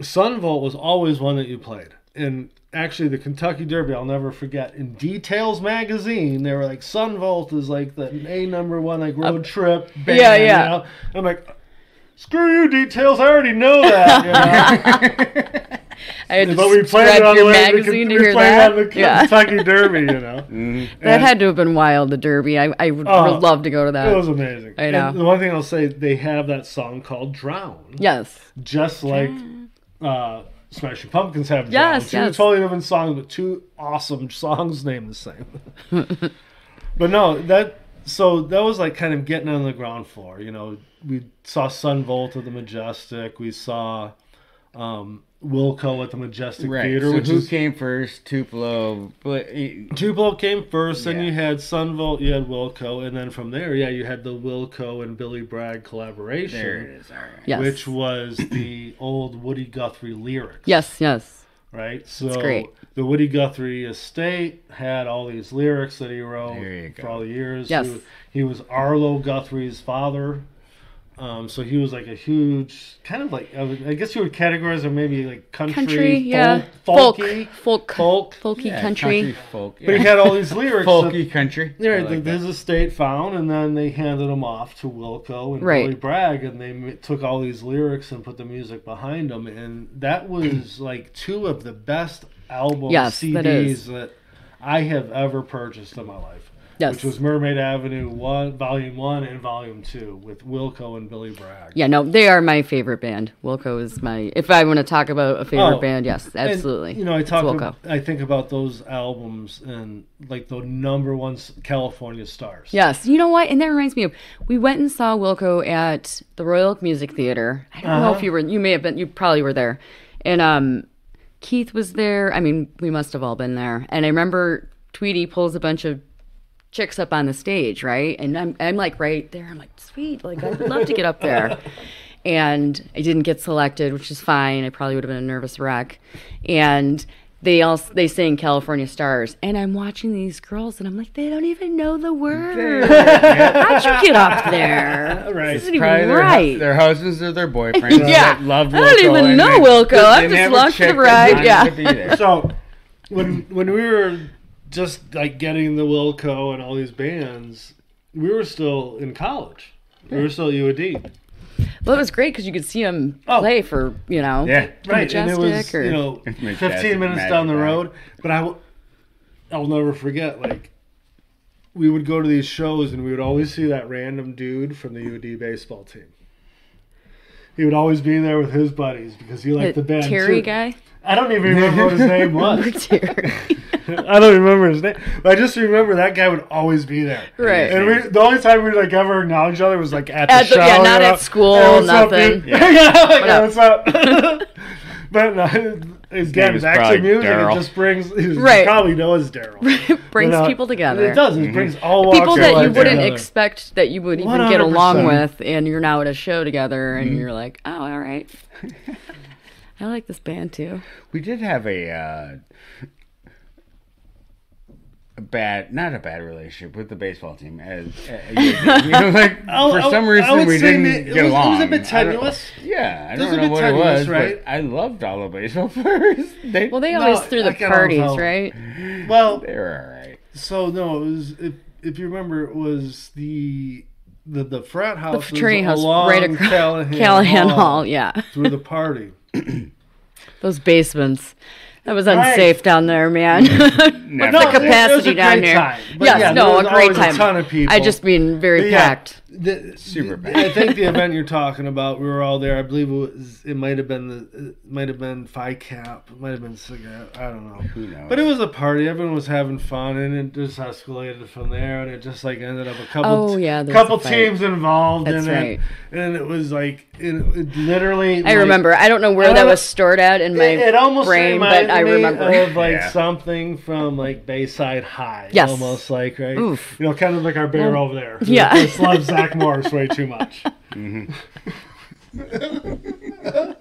Sunvolt was always one that you played. And actually, the Kentucky Derby, I'll never forget. In Details magazine, they were like Sunvolt is like the a number one like road trip. Band,
Uh, yeah,
you
yeah.
know? I'm like, screw you, Details. I already know that. you know?
I had to
but we played it
subscribe
on
to your
the way to the,
magazine
we
to hear
played
that.
on the K-
yeah.
Kentucky Derby. You know,
That had to have been wild, the Derby. I, I would
Oh.
love to go to
it
that.
was amazing.
I know.
And the one thing I'll say, they have that song called "Drown."
yes.
just like uh, Smashing Pumpkins have.
Yes,
Yes, two
yes.
totally different songs, but two awesome songs named the same. but no, that so that was like kind of getting on the ground floor. You know, we saw Sunvolt at the Majestic. We saw um, Wilco at the Majestic
Right.
Theater,
so
which
who
is.
came first? Tupelo. But eh,
Tupelo came first, then
Yeah.
you had Sunvolt, you had Wilco, and then from there, yeah, you had the Wilco and Billy Bragg collaboration,
there it is. All right.
Yes.
which was the old Woody Guthrie lyrics.
Yes, yes.
right? So
great.
the Woody Guthrie estate had all these lyrics that he
There you
wrote
go.
for all the years.
Yes.
He, was, he was Arlo Guthrie's father. Um, so he was like a huge kind of like I, would, I guess you would categorize him maybe like country,
Country,
folk-
yeah,
folky,
folk,
folk.
folky
Yeah,
country.
folk.
But he
yeah.
had all these lyrics. that-
folky country. I
Yeah,
like
th-
that.
his estate found, and then they handed them off to Wilco and
Right.
Billy Bragg, and they m- took all these lyrics and put the music behind them, and that was like two of the best album
Yes,
CDs
that is.
that I have ever purchased in my life.
Yes.
Which was Mermaid Avenue One, Volume One, and Volume Two with Wilco and Billy Bragg.
Yeah, no, they are my favorite band. Wilco is my if I want to talk about a favorite
Oh,
band, yes,
And,
absolutely.
you know, I
It's
talk.
Wilco.
ab- I think about those albums and like the number one s- California stars.
Yes, you know what? And that reminds me of we went and saw Wilco at the Royal Oak Music Theater. I don't
Uh-huh.
know if you were. You may have been. You probably were there. And um, Keith was there. I mean, we must have all been there. And I remember Tweety pulls a bunch of chicks up on the stage, right? And I'm I'm like right there. I'm like sweet. Like I would love to get up there. And I didn't get selected, which is fine. I probably would have been a nervous wreck. And they all they sing California Stars, and I'm watching these girls, and I'm like, they don't even know the words. How'd you get up there?
Right.
This isn't even
Probably their,
right.
their husbands or their boyfriends.
Yeah.
that love Wilco.
I don't even
and
know
they-
Wilco.
they
I'm just
never
along for the
checked the
ride,
lines
yeah.
to be there.
so when when we were just like getting the Wilco and all these bands, we were still in college. We were still UAD.
well, it was great because you could see them
Oh.
play for, you know,
Yeah.
Right. And it was,
Majestic or-
you know,
Majestic,
15 minutes
Magic
down the
Hour.
road. But I will, I'll never forget, like, we would go to these shows and we would always see that random dude from the UD baseball team. He would always be there with his buddies because he liked the,
the
band.
Terry
too.
guy.
I don't even remember what his name was.
Terry.
I don't remember his name. But I just remember that guy would always be there.
Right.
And we, the only time we like ever acknowledged each other was like at the,
At the-
shower.
yeah, not
you
at
know,
school,
"Hey, what's up,
nothing.
dude?" Yeah, like,
up?
what's up? but uh, no, again,
was
back
probably
to music.
Daryl.
It just brings. He
Right.
probably knows Daryl.
brings
But, uh,
people together.
It does.
Mm-hmm.
It brings all walks
People
of
that
life
you wouldn't
together.
expect that you would even get along
100%.
with, and you're now at a show together, and
Mm-hmm.
you're like, oh, all right. I like this band too.
We did have a, uh, a bad, not a bad relationship with the baseball team. As, uh, you know, like,
I-
for
I-
some
I
reason,
would
we
say
didn't
that it
get
was- it was a
along.
bit
I don't-
tenuous.
yeah, I
was
don't
a
know
bit
what it
tenuous,
was,
right?
but I loved all the baseball players. They,
Well, they
No,
always threw
I
the
can always
parties,
tell.
right?
Well,
they were all right.
So no, it was if if you remember, it was the the the frat house,
Fraternity house
along
right across
Callahan,
Callahan Hall. Yeah,
through the party.
those basements. That was unsafe down there, man. What's
no, it
the
was- it was
capacity
a
down
great
there?
time. But
Yes,
yeah, there
no,
was
a great
always a
time.
ton of people.
I just mean very
But yeah,
packed.
the-
Super
the-
packed.
I think the event you're talking about, we were all there. I believe it was. It might have been the. It might have been Phi Cap. It might have been Cigarette. I don't know.
Who knows?
But it was a party. Everyone was having fun, and it just escalated from there. And it just like ended up a couple.
Oh, yeah, there was
couple
a fight.
teams involved.
That's
and
right.
And it was like it, it literally.
I remember. I don't know where
I
that
don't-
was stored at in my
it, it almost
brain,
reminded
but I
me
remember.
of like
Yeah.
something from like Bayside High.
Yes.
almost like right.
Oof.
You know, kind of like our beer over there. who
yeah.
just loves Zach Morris way too much. Mm-hmm. the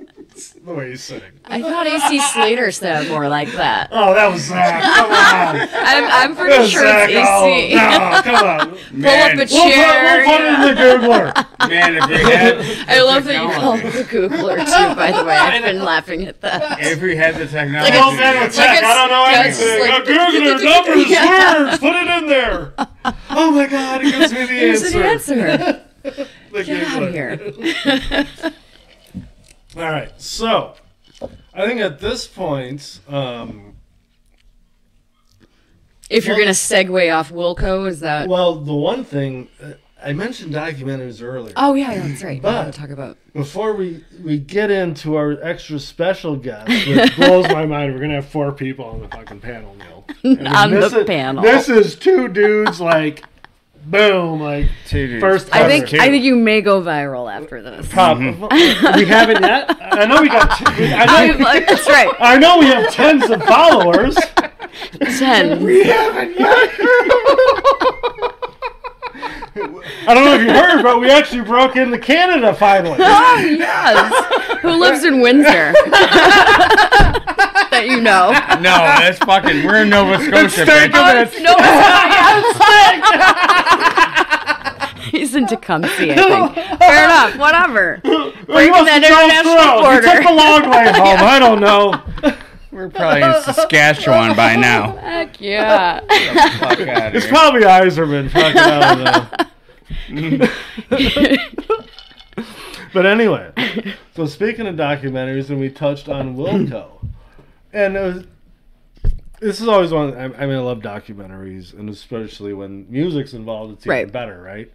way he's sitting.
I thought AC Slater said more like that.
Oh, that was Zach. Come on.
I'm, I'm pretty sure
Zach.
it's
Oh,
AC.
no, come on.
Pull up a
Man.
We'll put,
chair.
we'll put
yeah.
it in the Googler.
Man, if we had,
I love that you
technology.
called it the Googler too. By the way, I've been laughing at that.
if we had the technology,
Don't man with Zach. I don't know
yeah, it's
anything.
like-
a Googler, numbers,
Yeah.
words. Put it in there. Oh my God, it gives me the
There's an
answer.
answer.
The
Get out
Googler.
of here.
All right, so I think at this point, um,
If you're gonna segue off Wilco, is that?
well, the one thing uh, I mentioned documentaries earlier.
Oh yeah, that's right.
But-
I want to talk about.
Before we we get into our extra special guest, which blows my mind, we're gonna have four people on the fucking panel, Neil.
On
This
the
is-
panel.
This is two dudes like, boom, like First
I
ever.
think I think you may go viral after this.
pop. We haven't yet. I know we got. Two, I know.
I'm like, that's right.
I know we have tens of followers.
Ten.
I don't know if you heard, but we actually broke into Canada finally.
Oh yes. Who lives in Windsor? that you you know.
No, that's fucking. We're in Nova Scotia.
Thank
bitch.
you,
Oh,
man.
it's- no, it's not. Yeah, it's- He's in Tecumseh, I think. Fair enough. Whatever.
You must
that
have gone
international
through. You
border.
took the long way home. I don't know.
We're probably in Saskatchewan by now.
Heck yeah.
Fuck out
It's probably Iserman. Fuck it, I don't know. But anyway, so speaking of documentaries, and we touched on Wilco, and it was, this is always one. I, I mean, I love documentaries, and especially when music's involved, it's even
Right.
better, right?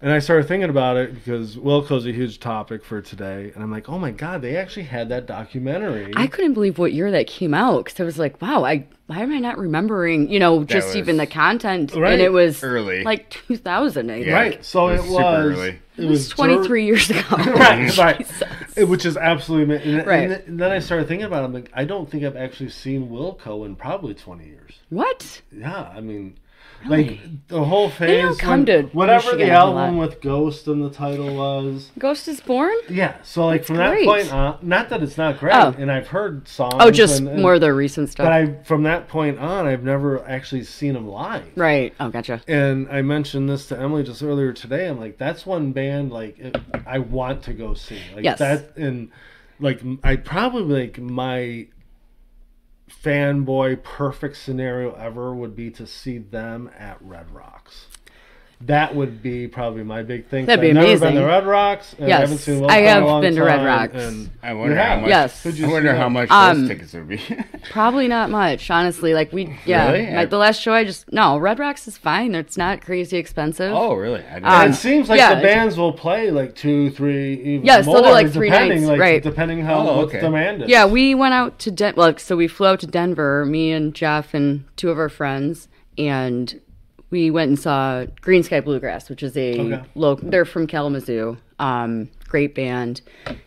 And I started thinking about it because Wilco's a huge topic for today, and I'm like, oh my god, they actually had that documentary.
I couldn't believe what year that came out because I was like, wow, I why am I not remembering, you know, just
was
even the content?
Right.
And it was
Early.
like 2000, I think.
Yeah.
right, so
It
it
was
was.
super early.
It
It was 23 years ago.
right, right. It- Which is absolutely ama- and,
Right.
and, th- and then I started thinking about it. I'm like, I don't think I've actually seen Wilco in probably 20 years.
What?
Yeah, I mean,
Really?
like the whole phase.
don't come
when-
to
whatever the
Michigan a lot.
album with Ghost in the title was.
Ghost is Born?
Yeah, so like from that
great.
point on, not that it's not great,
Oh.
and I've heard songs.
Oh, just
and- and-
more of the recent stuff.
But I, from that point on, I've never actually seen him live.
right. Oh, gotcha.
And I mentioned this to Emily just earlier today. I'm like, that's one band like it, I want to go see. Like
Yes.
that and like m- I probably like my fanboy perfect scenario ever would be to see them at Red Rocks. That would be probably my big thing. 'cause
That'd be
I've
amazing.
Never been to Red Rocks. And I
Yes,
haven't seen Wilco
I
in a
have
long
been to Red
time,
Rocks.
and
I wonder
Yeah.
how much.
Yes.
Could
I
you
wonder
see
how
that?
much
Um,
those tickets would be.
Probably not much, honestly. Like we, yeah,
Really?
my- the last show I just no. Red Rocks is fine. It's not crazy expensive.
oh, really? I
And
didn't
Um,
it seems like
yeah,
the
it's-
bands will play like two, three, even
Yeah, so
more,
they're like three
depending,
nights,
like,
right.
Depending how
Oh,
what's
okay.
demanded.
Yeah, we went out to Den. Well, so we flew out to Denver. Me and Jeff and two of our friends, and we went and saw Green Sky Bluegrass, which is a
Okay.
local. They're from Kalamazoo. Um, great band.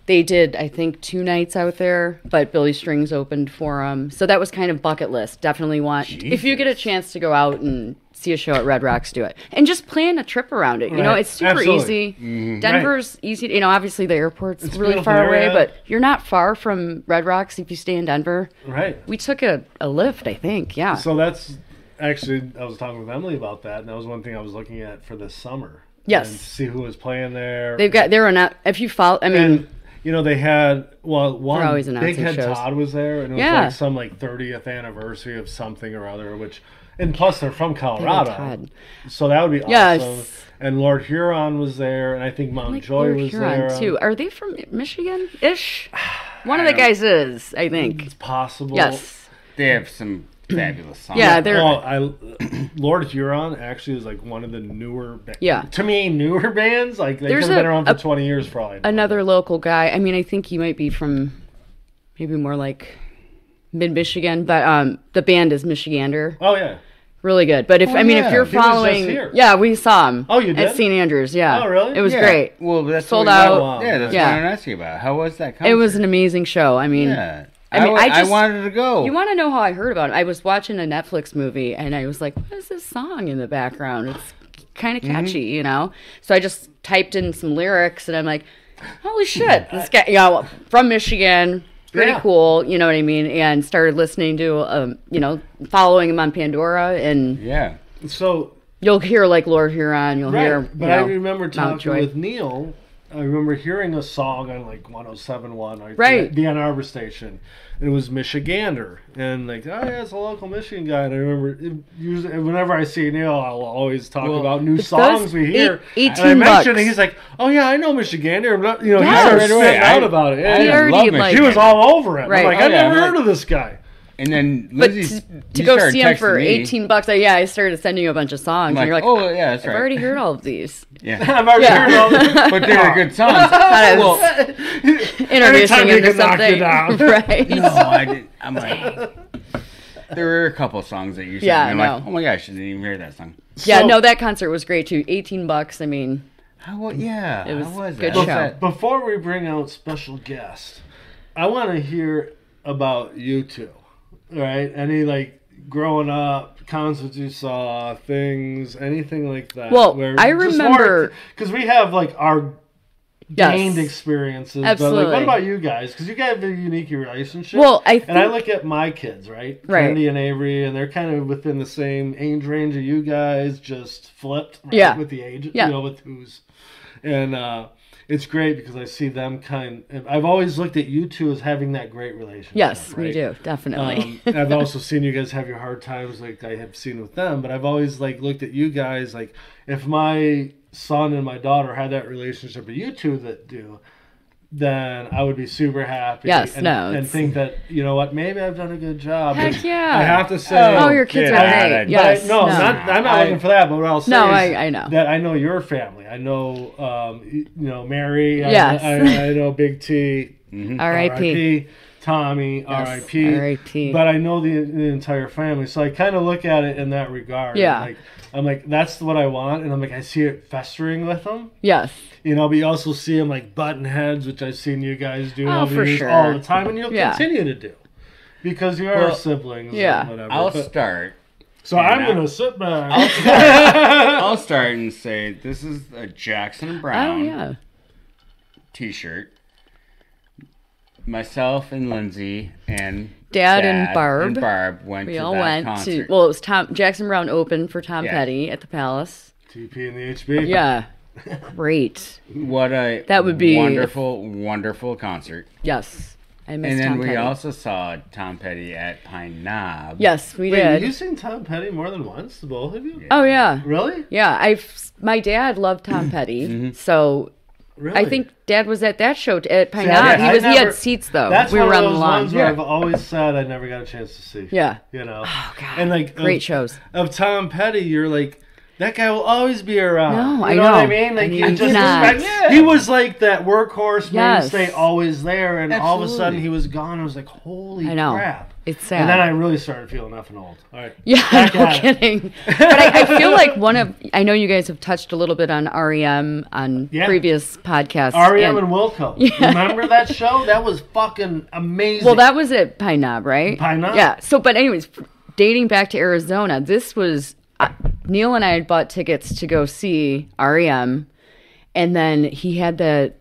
They did, I think, two nights out there, but Billy Strings opened for them. So that was kind of bucket list. Definitely want if you get a chance to go out and see a show at Red Rocks, do it, and just plan a trip around it. You know,
Right.
it's super
Absolutely. Mm-hmm.
easy. Denver's easy. You know, obviously the airport's really
beautiful
far away,
area.
but you're not far from Red Rocks if you stay in Denver.
right.
We took a, a lift, I think. Yeah.
So that's actually I was talking with Emily about that, and that was one thing I was looking at for this summer.
Yes.
and see who was playing there.
They've got they're not if you follow I mean
and you know they had well one
always
big
announcing
head
shows.
Todd was there, and it was
Yeah.
like some like thirtieth anniversary of something or other, which. And plus, they're from Colorado,
Todd.
so that would be
Yes.
awesome. And Lord Huron was there, and I think
like
Mountjoy
Lord
was
Huron
there. um,
too. Are they from Michigan ish? One of the guys is, I think.
It's possible.
Yes.
They have some fabulous songs.
Yeah, they're-
Oh, I Lord Huron actually is like one of the newer. Ba-
Yeah.
To me, newer bands like they could
There's
have been
a-
around for
a-
twenty years for all I know.
Another local guy. I mean, I think he might be from maybe more like mid Michigan, but um the band is Michigander.
Oh yeah.
Really good. But if I mean
yeah.
if you're
Oh, was just
following
here.
Yeah, we saw him.
Oh, you
At
did?
St. Andrews, yeah.
Oh, really?
It was
Yeah.
great.
Well, that's
Sold
what we-
out.
Yeah, that's
Yeah.
what I'm asking about. How was that concert?
It was an amazing show. I mean,
Yeah.
I mean,
w-
I just-
wanted to
Oh.
go.
You want to know how I heard about it? I was watching a Netflix movie and I was like, what is this song in the background? It's kind of
Mm-hmm.
catchy, you know? So I just typed in some lyrics and I'm like, holy shit, this guy, you know, from Michigan, pretty
Yeah.
cool, you know what I mean? And started listening to, um, you know, following him on Pandora and
yeah.
So
you'll hear like Lord Huron, you'll
right,
hear.
but
you
I
know,
remember talking
Mountjoy.
with Neil. I remember hearing a song on like 107.1, or
Right.
the Ann Arbor station, and it was Michigander, and like, oh yeah, it's a local Michigan guy. And I remember it, usually whenever I see Neil, I'll always talk about new songs
does-
we hear.
eight-
and I
18 bucks.
mentioned, it, he's like, oh yeah, I know Michigander. I'm not- You know,
Yes.
he started
Right away,
spitting
I-
out about it. Yeah,
He
yeah.
already,
love
like-
Michigan.
He was all over it.
Right.
I'm like,
Oh,
I've
yeah,
never
I'm
heard
like-
of this guy.
And then
But
Lizzie,
to, to go see him for
me,
18 bucks, I, yeah, I started sending you a bunch of songs.
Like,
and you're like,
oh yeah, that's
I've
right.
already heard all of these.
Yeah,
I've already
Yeah.
heard all this.
but they were good songs.
I was
well,
introducing
Anytime
him
you
to
can knock
something.
you down.
right.
no, I didn't. I'm like, there were a couple songs that you sang.
Yeah,
and I'm like,
no.
oh my gosh, I didn't even hear that song.
Yeah,
So-
no, that concert was great too. 18 bucks. I mean,
How was? Yeah, it
was
how was
good
that?
show.
That-
Before we bring out special guests, I want to hear about you two. All right, any like growing up concerts you saw, things, anything like that.
Well, I remember-
because we have like our
Yes.
gained experiences. But like,
Absolutely.
what about you guys? Because you guys have a unique relationship.
Well, I
and I
think-
look at my kids, right?
Right.
Kennedy and Avery, and they're kind of within the same age range of you guys, just flipped. Right?
Yeah.
With the age,
Yeah.
you know, with who's, and uh, it's great because I see them kind. I've always looked at you two as having that great relationship.
Yes, we
right?
do definitely.
Um, and I've also seen you guys have your hard times, like I have seen with them. But I've always like looked at you guys, like if my son and my daughter had that relationship, but you two that do, then I would be super happy.
Yes,
and,
no,
and
it's-
think that you know what, maybe I've done a good job.
Heck
And
yeah.
I have to say,
oh, your kids
yeah,
are
I-
great.
I-
but I-
yes.
no, Not, I'm not
I-
looking for that. But what I'll say
No,
is
I- I know.
that I know your family. I know, um, you know, Mary. I-
Yes.
I, I know Big T.
R.I.P.
R.I.P. Tommy, R.I.P.
R.I.P..
But I know the, the entire family, so I kind of look at it in that regard.
Yeah.
Like, I'm like, that's what I want, and I'm like, I see it festering with them.
Yes.
You know, but you also see them like button heads, which I've seen you guys do
Oh,
over
for
the years
sure.
all the time, and you'll
Yeah.
continue to do because you are
Well,
siblings.
yeah.
and whatever.
I'll
But-
start.
so I'm
I'll-
gonna sit back.
I'll start and say this is a Jackson
Oh
Brown
yeah.
T-shirt. Myself and Lindsay and
Dad and Barb.
and Barb went
We
to
all
that
went
concert.
to well, it was Tom Jackson Brown open for Tom
Yeah.
Petty at the Palace.
TP and the HB.
Yeah. Great.
what a
That would be-
wonderful, wonderful concert.
Yes. I miss
And then
Tom
we
Petty.
also saw Tom Petty at Pine Knob.
Yes, we
Wait,
did.
have you seen Tom Petty more than once? The both of you?
Oh yeah.
Really?
Yeah, I've my dad loved Tom Petty.
Mm-hmm.
So
Really?
I think dad was at that show t- at Pine
See, I-
Knob.
I
He was he
never-
had seats though.
That's
Oh, we
one
were
of
on the
those
lawn.
ones where I've always said I never got a chance to see.
Yeah.
You know.
Oh god.
And like
great
of,
shows.
of Tom Petty, you're like that guy will always be around.
No,
you
I
know, what I
know.
mean. Like
I
he
mean,
just
he's not.
respect- he was like that workhorse
Yes.
mainstay, always there, and all of a sudden
Absolutely.
he was gone. I was like, holy
I know.
crap!
It's sad.
And then I really started feeling nothing old. All right,
Yeah,
Back
no
at it.
kidding. But I, I feel like one of I know you guys have touched a little bit on REM on
Yeah.
previous podcasts.
REM
and-
E and Wilco. Remember that show? That was fucking amazing.
well, that was at Pine Knob, right?
Pine Knob.
Yeah. So, but anyways, dating back to Arizona, this was I Neil and I had bought tickets to go see REM, and then he had the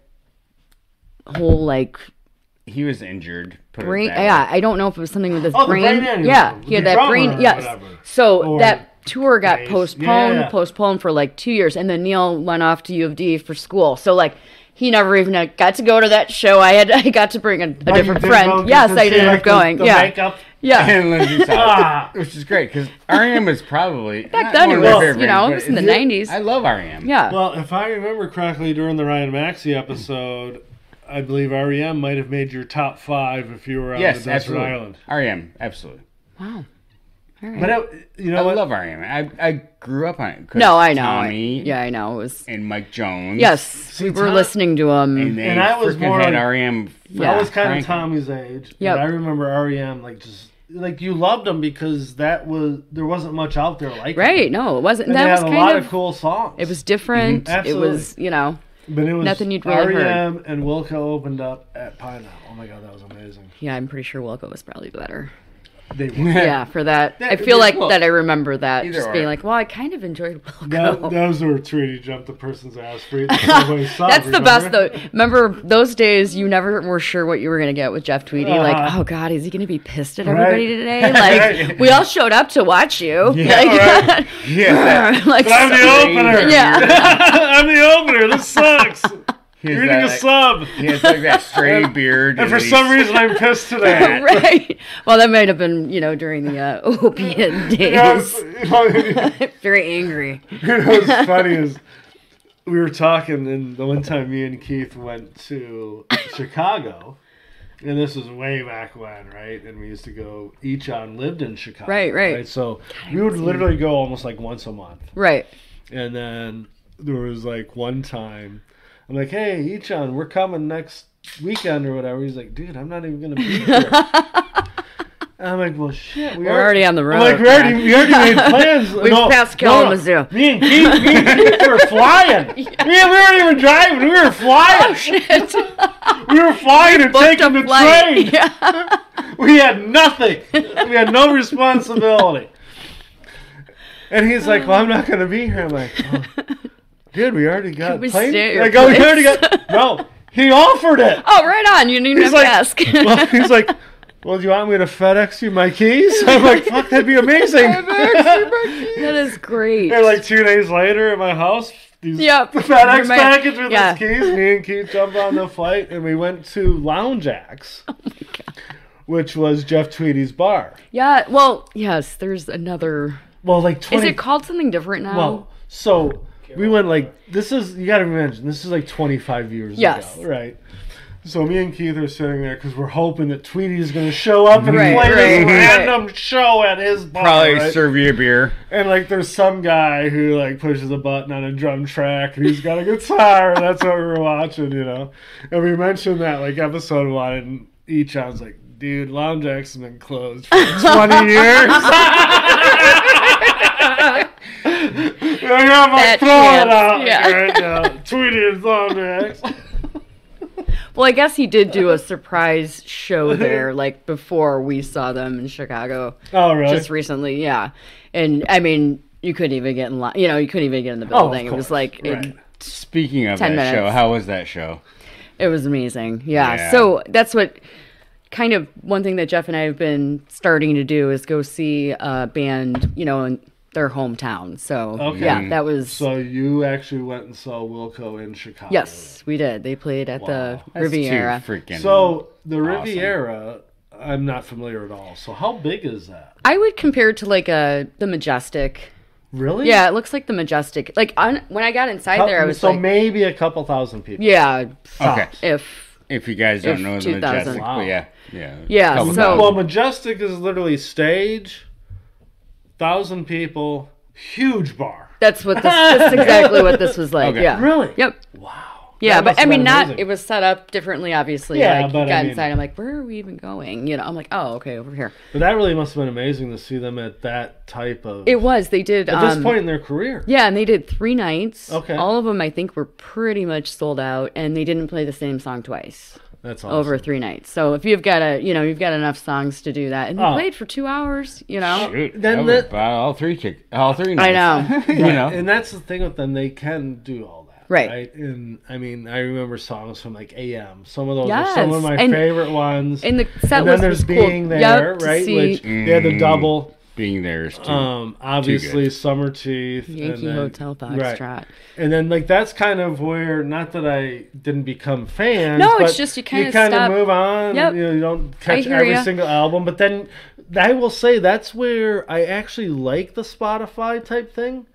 whole like
He was injured. Put it
brain.
that
Yeah,
way.
I don't know if it was something with his
Oh, the
brain.
brain aneurysm,
yeah,
with
he had
the
that
drummer
brain.
or
Yes.
whatever.
So
Or
that tour got
bass.
postponed,
Yeah.
postponed for like two years, and then Neil went off to U of D for school. So like. He never even uh, got to go to that show. I had I got to bring a, a
Like,
different
you did go
friend.
to
Yes, I
see,
ended
like,
up
the-
going.
the
yeah,
makeup.
yeah.
and Lindsay saw
Ah.
it, which is great because REM is probably back
then
one
it
of my
was, you
favorites,
know, it
but
was in the
it's-
90s.
I love E REM.
Yeah.
Well, if I remember correctly, during the Ryan Maxey episode, I believe REM might have made your top five if you were on
Yes,
the desert
absolutely.
island.
REM, absolutely.
wow. All right.
But it, you know
I
what?
love REM. I I grew up on it. 'cause
no, I know.
Tommy
yeah, I know. It was
and Mike Jones.
yes. we were
Tom-
listening to
and
him.
they
And I was
freaking
more
had E
like-
REM.
Yeah.
I was kind
cranking.
of Tommy's age.
Yep.
And I remember REM like just like you loved them because that was there wasn't much out there like them.
Right? No, it wasn't.
And
that
they
was
had a lot
kind
of,
of.
cool songs.
It was different. It
Absolutely.
was, you know.
but it was
nothing you'd really heard.
REM and Wilco opened up at Pine Knob. Oh my god, that was amazing.
Yeah, I'm pretty sure Wilco was probably better.
They were.
Yeah, for that,
That-
I feel like
well,
that I remember that
either
just
or.
being like, well, I kind of enjoyed Wilco.
That, those were treaty jumped the person's ass for eating Subway sub,
That's the
remember?
best though. Remember those days you never were sure what you were gonna get with Jeff Tweedy. Like,
Uh-huh.
oh God, is he gonna be pissed at
Right.
everybody today? Like,
Right.
we all showed up to watch you. like,
right.
Yeah.
like,
I'm the
so-
opener.
yeah,
I'm the opener. This sucks.
He's
You're eating a sub.
He has like that stray beard.
And for
he's-
some reason, I'm pissed today.
right. Well, that might have been you know during the uh, opiate
You know, it's-
days.
you know,
Very angry.
you know what's funny is we were talking, and the one time me and Keith went to Chicago, and this was way back when, right? And we used to go, each on lived in Chicago.
Right, right.
So we would literally go almost like once a month.
Right.
And then there was like one time, I'm like, hey, Echan, we're coming next weekend or whatever. He's like, dude, I'm not even going to be here. And I'm like, well, shit. We
We're already on the road.
I'm like, we already, we already made plans.
We've passed Kalamazoo.
Me and Keith, me and Keith were flying. We, we weren't even driving. We were flying.
Oh, Shit.
we were flying and
Booked
taking the
a flight.
train.
Yeah.
We had nothing. We had no responsibility. And he's like, "Well, I'm not going to be here." I'm like, oh, dude, we already got
we
played.
stay at your
Like, oh, we
place?
already got. No, he offered it.
Oh, right on. You need
He's
to
like,
ask.
well, he's like, well, do you want me to FedEx you my keys? I'm like, fuck, that'd be amazing.
that is great.
And like two days later at my house, these
Yep.
FedEx
Remi-
package with
yeah.
his keys. Me and Keith jumped on the flight and we went to Lounge Axe,
Oh
which was Jeff Tweedy's bar.
yeah. Well, yes. There's another.
Well, like
Is
twenty.
it called something different now?
well, so we went like this is you got to imagine this is like twenty five years
Yes.
ago, right? So me and Keith are sitting there because we're hoping that Tweety's going to show up and
Right,
play this
right, right.
random show at his bar.
Probably
right?
serve you a beer.
And like, there's some guy who like pushes a button on a drum track, and he's got a guitar, and that's what we were watching, you know. And we mentioned that like episode one, and each I was like, dude, Lounge X has been closed for 20 years. and I'm
That
like, throw it
chance,
out
yeah.
right now. Tweet it, Lounge X.
Well, I guess he did do a surprise show there, like before we saw them in Chicago
Oh, really?
just recently. Yeah, and I mean, you couldn't even get in line. You know, you couldn't even get in the
Oh, of
building. it was
course,
like it-
right.
Speaking of that
10 minutes.
show, how was that show?
It was amazing. Yeah.
Yeah.
So that's what kind of one thing that Jeff and I have been starting to do is go see a band, you know, in their hometown. So
Okay.
yeah, that was
so you actually went and saw Wilco in Chicago.
yes, we did. They played at the
That's
Riviera.
Too freaking
So the
Awesome.
Riviera, I'm not familiar at all. So how big is that?
I would compare it to like a the Majestic.
Really?
Yeah, it looks like the Majestic. Like on, when I got inside
How-
there, I was
so
like,
maybe a couple thousand people.
yeah,
Okay.
if
If you guys
If
don't know the
2000.
Majestic,
Wow.
but yeah, yeah,
Yeah,
couple
so-
Well,
thousand.
Majestic is literally stage, thousand people, huge bar.
that's what this, that's exactly what this was like.
Okay.
Yeah.
Really?
Yep.
Wow.
Yeah,
That
but
must
I
have
mean,
been
not.
amazing.
It was set up differently, obviously.
Yeah,
like,
but I
got
mean-
inside. I'm like, where are we even going? You know, I'm like, oh, okay, over here.
But that really must have been amazing to see them at that type of.
It was. They did.
at this
um,
point in their career.
Yeah, and they did three nights.
Okay.
All of them, I think, were pretty much sold out, and they didn't play the same song twice
That's awesome.
over three nights. So if you've got a, you know, you've got enough songs to do that, and they
Oh.
played for two hours. You know.
Shoot,
Then
that was
the-
about all three kick, all three.
I
nights. you
Right,
know,
and that's the thing with them; they can do all that,
Right.
And I mean, I remember songs from like AM. Some of those
Yes,
are some of my
and-
favorite ones.
And the set
and
list
then there's
was cool.
being there,
Yep, to
right?
see-
Which they had the double.
being there is too.
Um, obviously, Summer Teeth, and
Yankee
then-
Hotel Box
right.
Trot.
And then, like, that's kind of where not that I didn't become fans.
No, it's
but
just you
you
kinda
kind
stop-
of move on.
Yep.
You, know, you don't catch
hear
every
ya.
single album, but then I will say that's where I actually like the Spotify type thing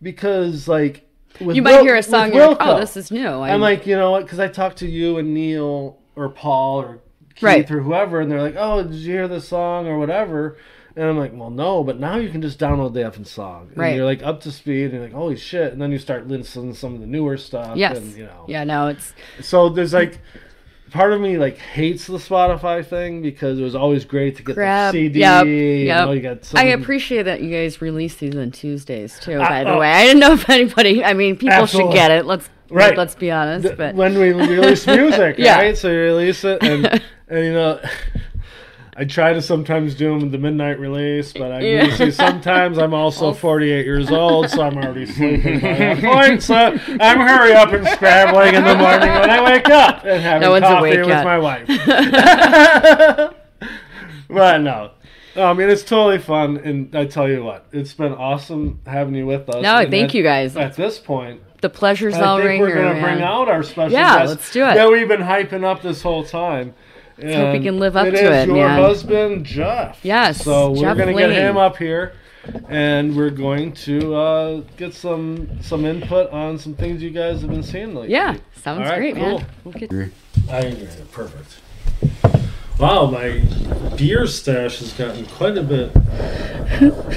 because, like, with
You might
Wil-
hear a
with
song, you're like, oh,
Wilco,
this is new.
I'm like, you know what? Because I talked to you and Neil or Paul or Keith
Right.
or whoever, and they're like, oh, did you hear this song or whatever? And I'm like, well, no, but now you can just download the effing song. And
Right.
you're like up to speed, and you're like, holy shit. And then you start listening to some of the newer stuff.
yes.
And, you know.
Yeah. No, it's
So there's like, part of me like hates the Spotify thing because it was always great to get
grab.
the CD.
yep,
and
yep.
now Oh, you got
I
some-
appreciate that you guys release these on Tuesdays too. by the
oh.
way, I didn't know if anybody. I mean, people
Absolutely.
should get it. Let's
Right.
Let's be honest.
th-
but
when we release music,
Yeah.
right? So you release it, and, and you know, I try to sometimes do them with the midnight release, but I
Yeah.
usually sometimes I'm also 48 years old, so I'm already sleeping by that point. So I'm hurry up and scrambling in the morning when I wake up and having
No one's
coffee
awake
with
yet.
my wife. but no. I mean, it's totally fun, and I tell you what, it's been awesome having you with us.
No,
and
thank
at-
you guys.
At this point,
the pleasure's
I
all
think
ringer.
we're gonna
man.
bring out our special
Yeah,
guest
let's do it.
that we've been hyping up this whole time. Let's
hope he can live up to it,
Your
man.
husband, Jeff.
Yes,
So we're
Jeff
gonna get
Lane.
him up here, and we're going to uh, get some some input on some things you guys have been seeing lately.
Yeah, sounds
All right,
great,
cool.
man. We'll get-
I agree. Perfect. Wow, my beer stash has gotten quite a bit,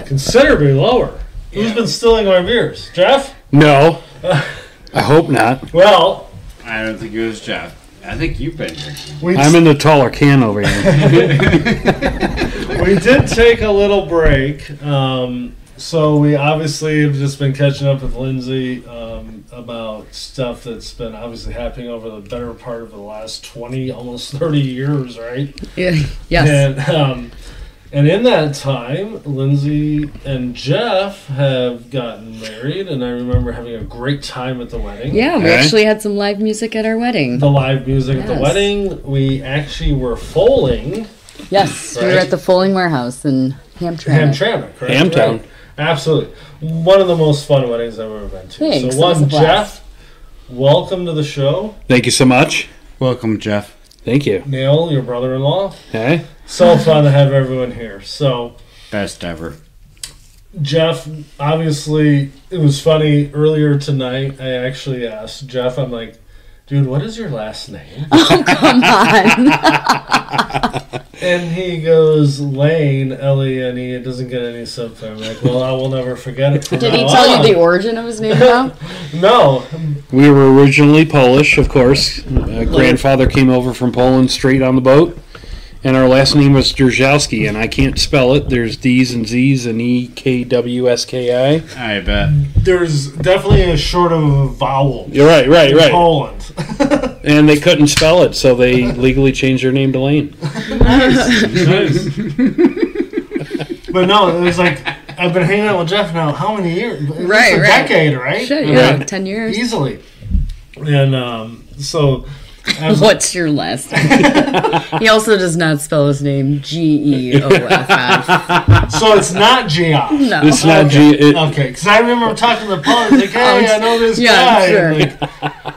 considerably lower. Who's been stealing my beers, Jeff?
no, I hope not.
Well,
I don't think it was Jeff. I think you've been drinking.
we
I'm in the taller can over here.
we did take a little break. Um, so we obviously have just been catching up with Lindsay um, about stuff that's been obviously happening over the better part of the last 20, almost 30 years, right?
Yeah, yes.
And um, And in that time, Lindsay and Jeff have gotten married, and I remember having a great time at the wedding.
Yeah, we
Okay.
actually had some live music at our wedding.
The live music at the
Yes.
wedding. We actually were foaling
Yes, we were
Right.
at the Foaling Warehouse in Hamtramck.
Hamtramck, correct?
Hamtown.
Right. Absolutely. One of the most fun weddings I've ever been to.
Thanks,
So,
that was
one,
a blast.
Jeff, welcome to the show.
Thank you so much.
Welcome, Jeff.
Thank you.
Neil, your brother in law.
Hey.
So fun to have everyone here. So,
Best ever.
Jeff, obviously, it was funny earlier tonight. I actually asked Jeff, I'm like, dude, what is your last name?
Come on.
And he goes, Lane, L E N E. It doesn't get any subtitle. I'm like, well, I will never forget it. From
Did he
now
tell
on."
you the origin of his name now?
No.
We were originally Polish, of course. Uh, grandfather came over from Poland straight on the boat, and our last name was Drzerzowski, and I can't spell it. There's D's and Z's and E K W S K I.
I bet.
There's definitely a short of a vowel.
You're right, right, right.
Poland.
And they couldn't spell it, so they legally changed their name to Lane.
but no, it was like I've been hanging out with Jeff now. How many years? At least
Right,
a
right.
decade, right?
Shit, yeah,
Right.
10 years.
Easily. And um, so, I was like,
What's your last name? he also does not spell his name G E O F F.
so it's not Geoff.
No.
It's not G. It,
Okay, because I remember talking to Paul. He's like,
I'm
"Hey, I
s-
know this
yeah, I'm
guy."
sure.
And,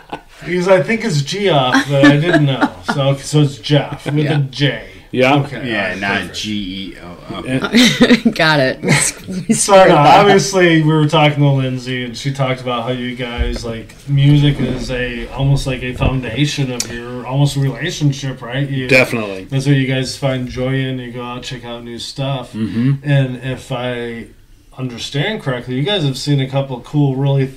like, because I think it's Geoff, but I didn't know. So, so it's Jeff with a J.
yeah.
Okay, all
Yeah,
right,
not
perfect.
G E O O.
Got it. We
So
screwed
no,
up.
obviously we were talking to Lindsay, and she talked about how you guys like music is a almost like a foundation of your almost relationship, right? You,
Definitely.
That's where you guys find joy in. You go out, check out new stuff, mm-hmm. and if I understand correctly, you guys have seen a couple cool, really,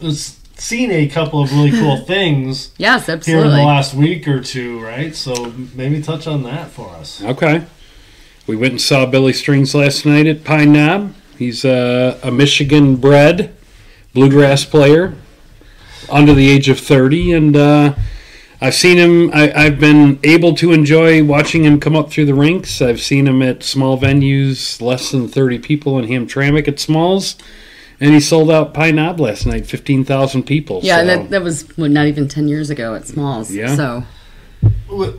it's seen a couple of really cool things
Yes,
here in the
absolutely.
last week or two, right? So maybe touch on that for us.
Okay. We went and saw Billy Strings last night at Pine Knob. He's uh, a, a Michigan bred bluegrass player under the age of 30. And uh, I've seen him, I, I've been able to enjoy watching him come up through the rinks. I've seen him at small venues, less than 30 people in Hamtramck at Smalls. And he sold out Pine Knob last night, 15,000 people.
Yeah,
so-
that, that was what, not even 10 years ago at Smalls.
Yeah.
So,
Wh-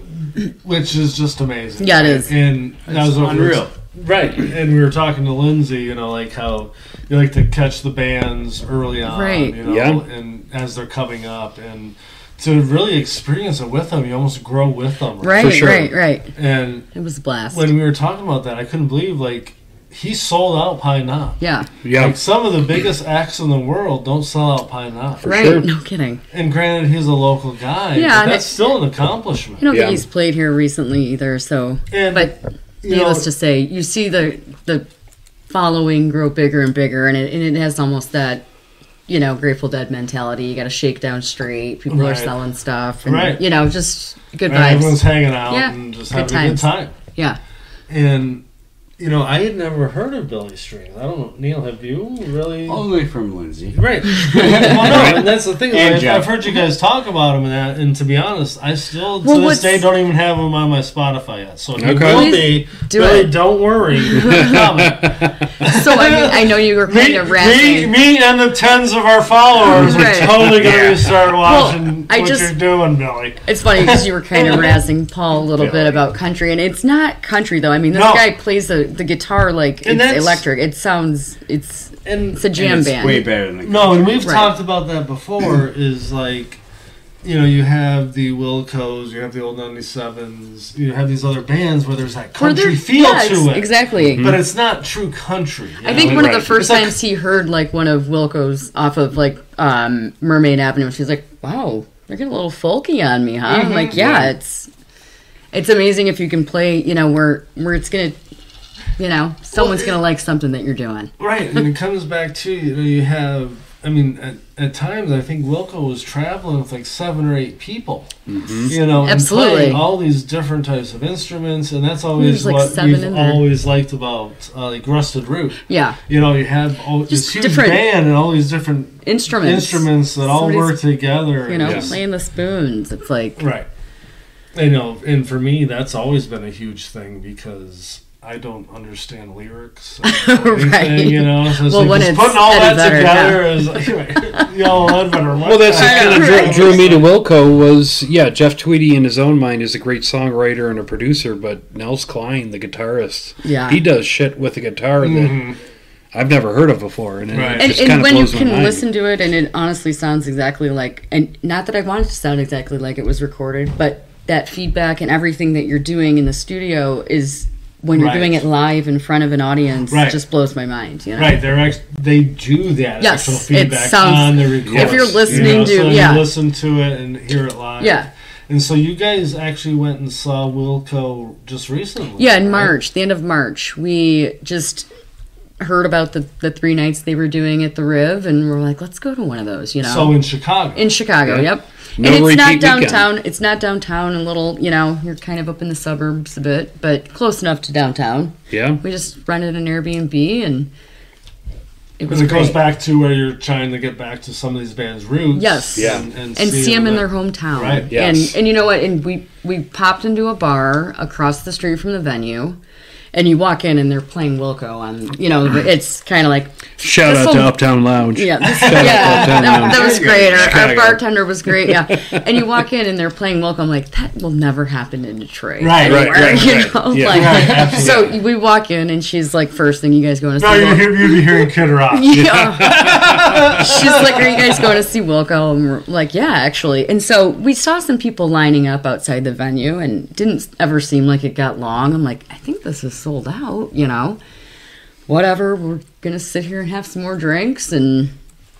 Which is just amazing.
Yeah, it is.
And that was what we were-
Unreal.
Right, and we were talking to Lindsay, you know, like how you like to catch the bands early on,
Right.
you know,
Yeah.
and as they're coming up, and to really experience it with them, you almost grow with them,
right,
sure.
right, right.
And
It was a blast.
when we were talking about that, I couldn't believe like he sold out Pine Knob.
yeah,
yeah.
Like some of the biggest acts in the world don't sell out Pine Knob.
right.
sure.
No kidding.
And granted, he's a local guy,
Yeah,
but
and
that's
it-
still an accomplishment.
I don't
Yeah.
think he's played here recently either. So,
And
but
you
needless
know-
to say, you see the the following grow bigger and bigger, and it, and it has almost that you know Grateful Dead mentality. You got to shake down straight. People are
Right.
selling stuff, and,
Right.
You know, just good
and everyone's
vibes.
hanging out
Yeah,
and just
good
having a good
times.
time.
Yeah.
And you know, I had never heard of Billy Strings. I don't know, Neil. Have you really?
Oh.
Only from Lindsay.
Right. well, no, and that's the thing. is
And
I've,
Jeff.
I've heard you guys talk about him, and, that, and to be honest, I still to
Well,
this
what's-
day don't even have him on my Spotify yet. So if you
Okay.
will be,
Please do
Billy,
it.
don't worry. We're coming.
So I mean, I know you were kind
me,
of
me,
rapping.
me and the tens of our followers
Right.
are totally going to start watching
I
what
just-
you're doing, Billy.
It's funny because you were kind of razzing Paul a little bit about country, and it's not country though. I mean, this
No.
guy plays the, the guitar like
And
it's
that's-
electric. It sounds it's
And
it's a jam
It's
band.
way better than
No, and we've
Right.
talked about that before. Is like, you know, you have the Wilcos, you have the Old 97s, you have these other bands where there's that
Where
country
they're-
feel
yeah,
to it. Mm-hmm.
Exactly.
But it's not true country. you
I think
know?
one of
Right.
the first
It's like-
times he heard like one of Wilco's off of like um, Mermaid Avenue, she's like, "Wow, they're getting a little folky on me, huh?" I'm like, yeah, it's it's amazing if you can play, you know, where where it's gonna, you know, someone's gonna like something that you're doing.
right, and it comes back to you know you have. I mean, at, at times I think Wilco was traveling with like seven or eight people, you know, and
Absolutely.
playing all these different types of instruments, and that's always
like
what
seven
we've
in there.
always liked about uh, like Rusted Root.
Yeah,
You know, you have all this
Just
huge
different-
band and all these different
instruments,
instruments that all
Somebody's-
work together.
you know,
Yes.
playing the spoons. It's like
right. I know, and for me, that's always been a huge thing because I don't understand lyrics. or anything, You know, so it's
Well,
like
when
just
it's
putting all that
Eddie Vedder,
together is like, yo, Ledbetter.
Well, that's what
I know,
kind of
right?
drew, drew me to Wilco was yeah. Jeff Tweedy, in his own mind, is a great songwriter and a producer, but Nels Klein, the guitarist,
Yeah.
he does shit with the guitar
Mm-hmm.
that I've never heard of before, and it
Right.
and,
just
and
kind of
when you
blows my
can
mind.
listen to it and it honestly sounds exactly like and not that i want it to sound exactly like it was recorded but that feedback and everything that you're doing in the studio is when you're
Right.
doing it live in front of an audience
Right.
just blows my mind you know?
Right, they're ex- they do that
Yes,
actual
it
feedback
sounds-
on the recording.
if you're listening
you know,
to-
so
yeah.
you listen to it and hear it live.
yeah
and so you guys actually went and saw Wilco just recently.
yeah in
right?
march the end of march we just heard about the, the three nights they were doing at the riv and we're like let's go to one of those you know
So in Chicago,
In Chicago,
Yeah.
yep.
No
and it's not
repeat weekend.
downtown. It's not downtown and little, you know, you're kind of up in the suburbs a bit, but close enough to downtown.
yeah,
We just rented an Airbnb and it was
because it goes
great.
back to where you're trying to get back to some of these bands' roots.
Yes.
Yeah.
and, and,
and see them in
that-
their hometown.
Right,
yes.
And and you know what? And we we popped into a bar across the street from the venue. And you walk in and they're playing Wilco on, you know, it's kind of like,
shout out
This'll-
to Uptown Lounge.
yeah, this,
Shout out to
yeah,
Uptown
that,
Lounge.
that was great. Our,
Gotta
our
go.
bartender was great, yeah. And you walk in and they're playing Wilco. I'm like, that will never happen in Detroit.
Right,
Right,
right.
right,
you
right.
know,
Yeah.
like-
Right,
so we walk in and she's like, first thing you guys going to see?
Now you're
Wil-"
here, you'd be hearing Kid Rock.
Yeah. she's like, are you guys going to see Wilco? And we're like, yeah, actually. And so we saw some people lining up outside the venue, and it didn't ever seem like it got long. I'm like, I think this is sold out. You know, whatever. We're gonna sit here and have some more drinks and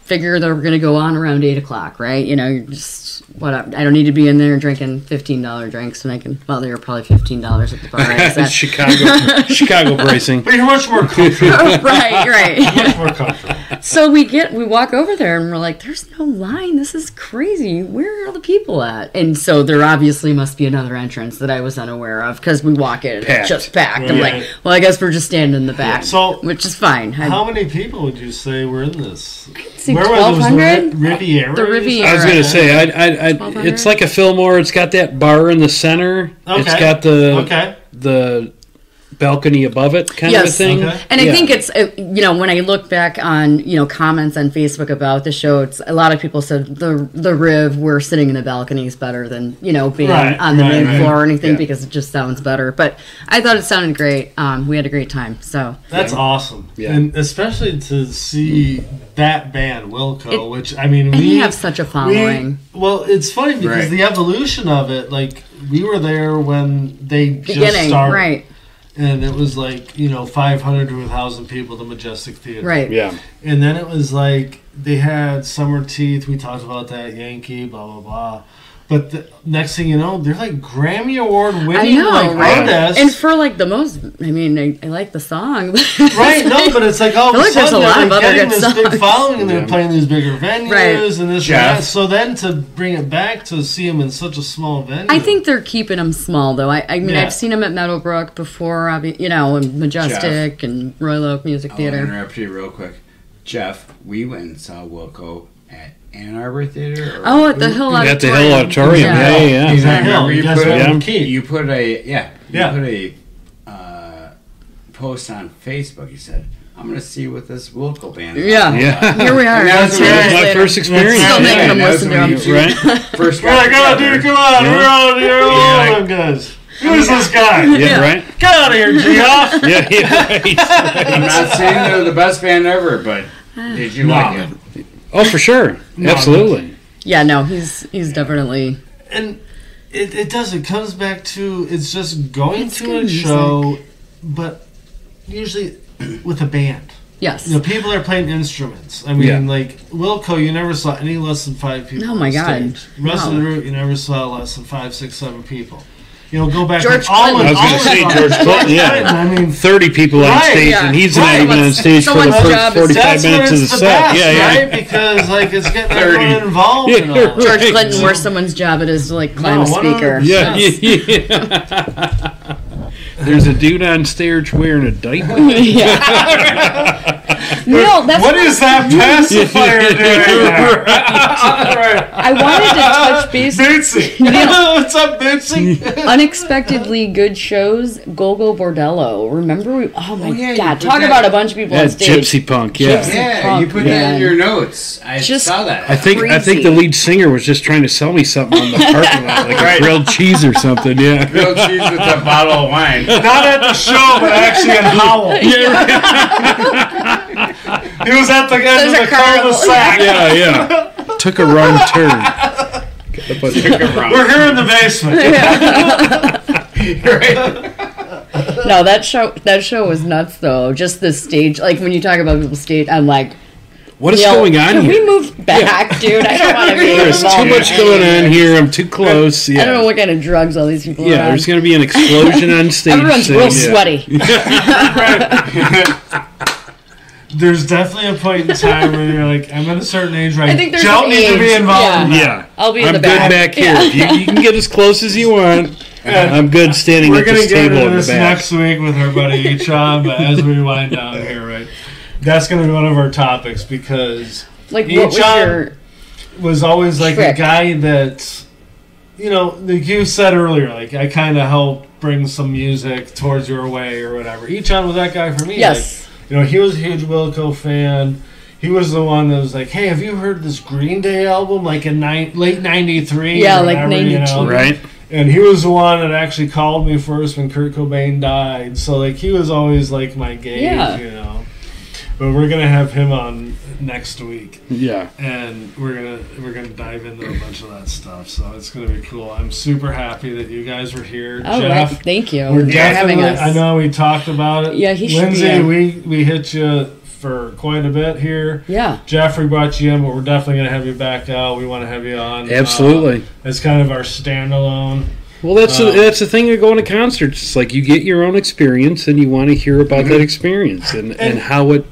figure that we're gonna go on around eight o'clock, right? You know, you're just whatever. I don't need to be in there drinking fifteen dollar drinks when I can. Well, they were probably fifteen dollars at the bar. I guess.
Chicago, Chicago bracing.
But you're much more comfortable.
right, right.
much more comfortable.
So we get we walk over there and we're like, "There's no line. This is crazy. Where are the people at?" And so there obviously must be another entrance that I was unaware of because we walk in and
Packed.
it's just packed. I'm
Right.
like, "Well, I guess we're just standing in the back."
So-
which is fine. I-
How many people would you say were in this?
see,
was it? It was
1200?
the Ri- Riviera?
The
or something?
Riviera.
I was gonna say, I, I, I,
1200?
it's like a Fillmore. It's got that bar in the center. It's
Okay.
got the
Okay.
the balcony above it, kind of a
Yes.
thing.
Okay.
and I
Yeah.
think it's uh, you know when I look back on you know comments on Facebook about the show, it's a lot of people said the the Riv we're sitting in the balcony is better than you know being
Right,
on the
right,
main
right.
floor or anything
Yeah.
because it just sounds better. But I thought it sounded great. Um, we had a great time. So
That's
Yeah.
awesome.
Yeah.
And especially to see that band, Wilco,
It-
which, I mean,
and
we
you have such a following.
We, well, it's funny because
Right.
the evolution of it, like, we were there when they just
beginning,
started.
right,
And it was like, you know, 500 to 1,000 people at the Majestic Theater.
right,
Yeah,
And then it was like they had Summer Teeth. We talked about that Yankee, blah blah blah. But the next thing you know, they're like Grammy Award
I
winning
know,
like
right?
artists.
And for like the most, I mean, I, I like the song.
Right, no, but it's like all of
I
a
feel like there's
sudden
a lot
they're
of
like
other
getting
good
this big
songs.
following and they're
Yeah.
playing these bigger venues
Right.
and this
Jeff.
and that. So then to bring it back to see them in such a small venue,
I think they're keeping them small, though. I, I mean,
Yeah.
I've seen them at Meadowbrook before, obvi- you know, and Majestic and Royal Oak Music
Oh,
I'll
Theater.
interrupt you real quick. Jeff, we went and saw Wilco at Ann Arbor Theater. or-
Oh, at the Hill
at the
Auditorium.
Hill Auditorium.
Yeah.
Yeah, yeah. yeah.
Exactly.
Remember,
Yeah,
you,
that's
put,
what
I'm
yeah.
key.
you put a yeah, you
Yeah.
put a uh, post on Facebook. You said, "I'm going to see what this Wilco band." is
Yeah.
all
Yeah.
about."
Here we are.
And that's
two
what-
years
my
later.
first experience.
Still
Yeah,
making them
that was
listen to
when you
them.
two First,
We're like, oh,
got
dude,
together.
come on,
Yeah.
we're all here, all
Yeah,
of them guys. Who's this guy?
Yeah,
Yeah.
right.
Get out of here, Geoff.
Yeah, yeah, right.
I'm not saying they're the best band ever, but did you like it?
Oh, for sure, absolutely.
Yeah, no, he's he's definitely
and it, it does it comes back to it's just going
It's
to
good
a
music.
show but usually with a band
yes.
the people are playing instruments i mean
Yeah.
like wilco you never saw any less than five people
Oh
on
my God.
stage. Russ and
No.
root you never saw less than five six seven people you know go back
George
and all
Clinton.
of,
I was
all
going
of
to say
them.
George Clinton. Yeah,
i mean
thirty people on
Right,
stage,
yeah.
and he's not
Right.
even on stage for the
Someone's job
first
is-
forty-five
that's when
minutes of the
it's the,
set.
best
Yeah, yeah.
right because like it's getting
Thirty.
everyone involved
Yeah,
and all that.
right.
George Clinton, where someone's job it is to like climb
No,
a
one of-
speaker.
Yeah,
Yes.
yeah, yeah. There's a dude on stage wearing a diaper.
yeah. No, that's
What is that pacifier doing?
I wanted to touch base.
Bootsy. What's up, Bootsy?
Unexpectedly good shows. Gogo Bordello. Remember we? Oh my
Oh, yeah, you
god!
put
Talk
that-
about a bunch of people on
That's
stage.
gypsy punk. Yeah.
Gypsy.
Yeah, you put that in your notes. I
Just-
saw that.
I think I think the
Crazy.
lead singer was just trying to sell me something on the parking lot, like
Right.
a grilled cheese or something. Yeah.
grilled cheese with a bottle of wine.
Not at the show, but actually at Howell.
He was at the end
There's a carnival.
Yeah, yeah. Took a wrong turn. Got a bunch of-
We're here in the basement.
No, that show that show was nuts though. Just the stage, like when you talk about people's stage, I'm like,
What is
yo,
going on
can
here?
we move back, dude? I don't want to be
There's
involved.
too much going on here. I'm too close. Yeah.
I don't know what kind of drugs all these people
yeah,
are on.
there's going to be an explosion on stage.
Everyone's
soon.
real
Yeah.
sweaty.
There's definitely a point in time where you're like, I'm at a certain age where I,
I think there's
don't
an
need to be
age,
involved.
Yeah.
in that.
I'll be in
I'm
the
good
back.
back here.
Yeah.
You, you can get as close as you want. I'm good standing
We're
at
gonna
this
get
table
into
in the
this
back.
next week with our buddy Sean, but as we wind down here, right, that's gonna be one of our topics because
Like,
You
what was
John-
your?
was always like
Trick.
a guy that you know like you said earlier like i kind of helped bring some music towards your way or whatever Echan was that guy for me
Yes.
like, you know he was a huge wilco fan he was the one that was like hey have you heard this green day album like in ni- late 93
Yeah,
or
like
whatever, you
92.
know?
Right?
and he was the one that actually called me first when Kurt Cobain died. So like he was always like my gauge,
Yeah.
you know. But we're gonna have him on next week,
Yeah.
and we're gonna we're gonna dive into a bunch of that stuff. So it's gonna be cool. I'm super happy that you guys were here,
Oh,
Jeff.
right. Thank you
We're
for having
definitely.
us.
I know we talked about it.
Yeah, he should be
Lindsay,
in.
we we hit you for quite a bit here.
Yeah.
Jeffrey brought you in, but we're definitely gonna have you back out. We want to have you on.
Absolutely.
Uh, as kind of our standalone.
Well, that's the,
Um,
that's the thing of going to concerts. It's like you get your own experience, and you want to hear about
Mm-hmm.
that experience and, and,
And-
how it.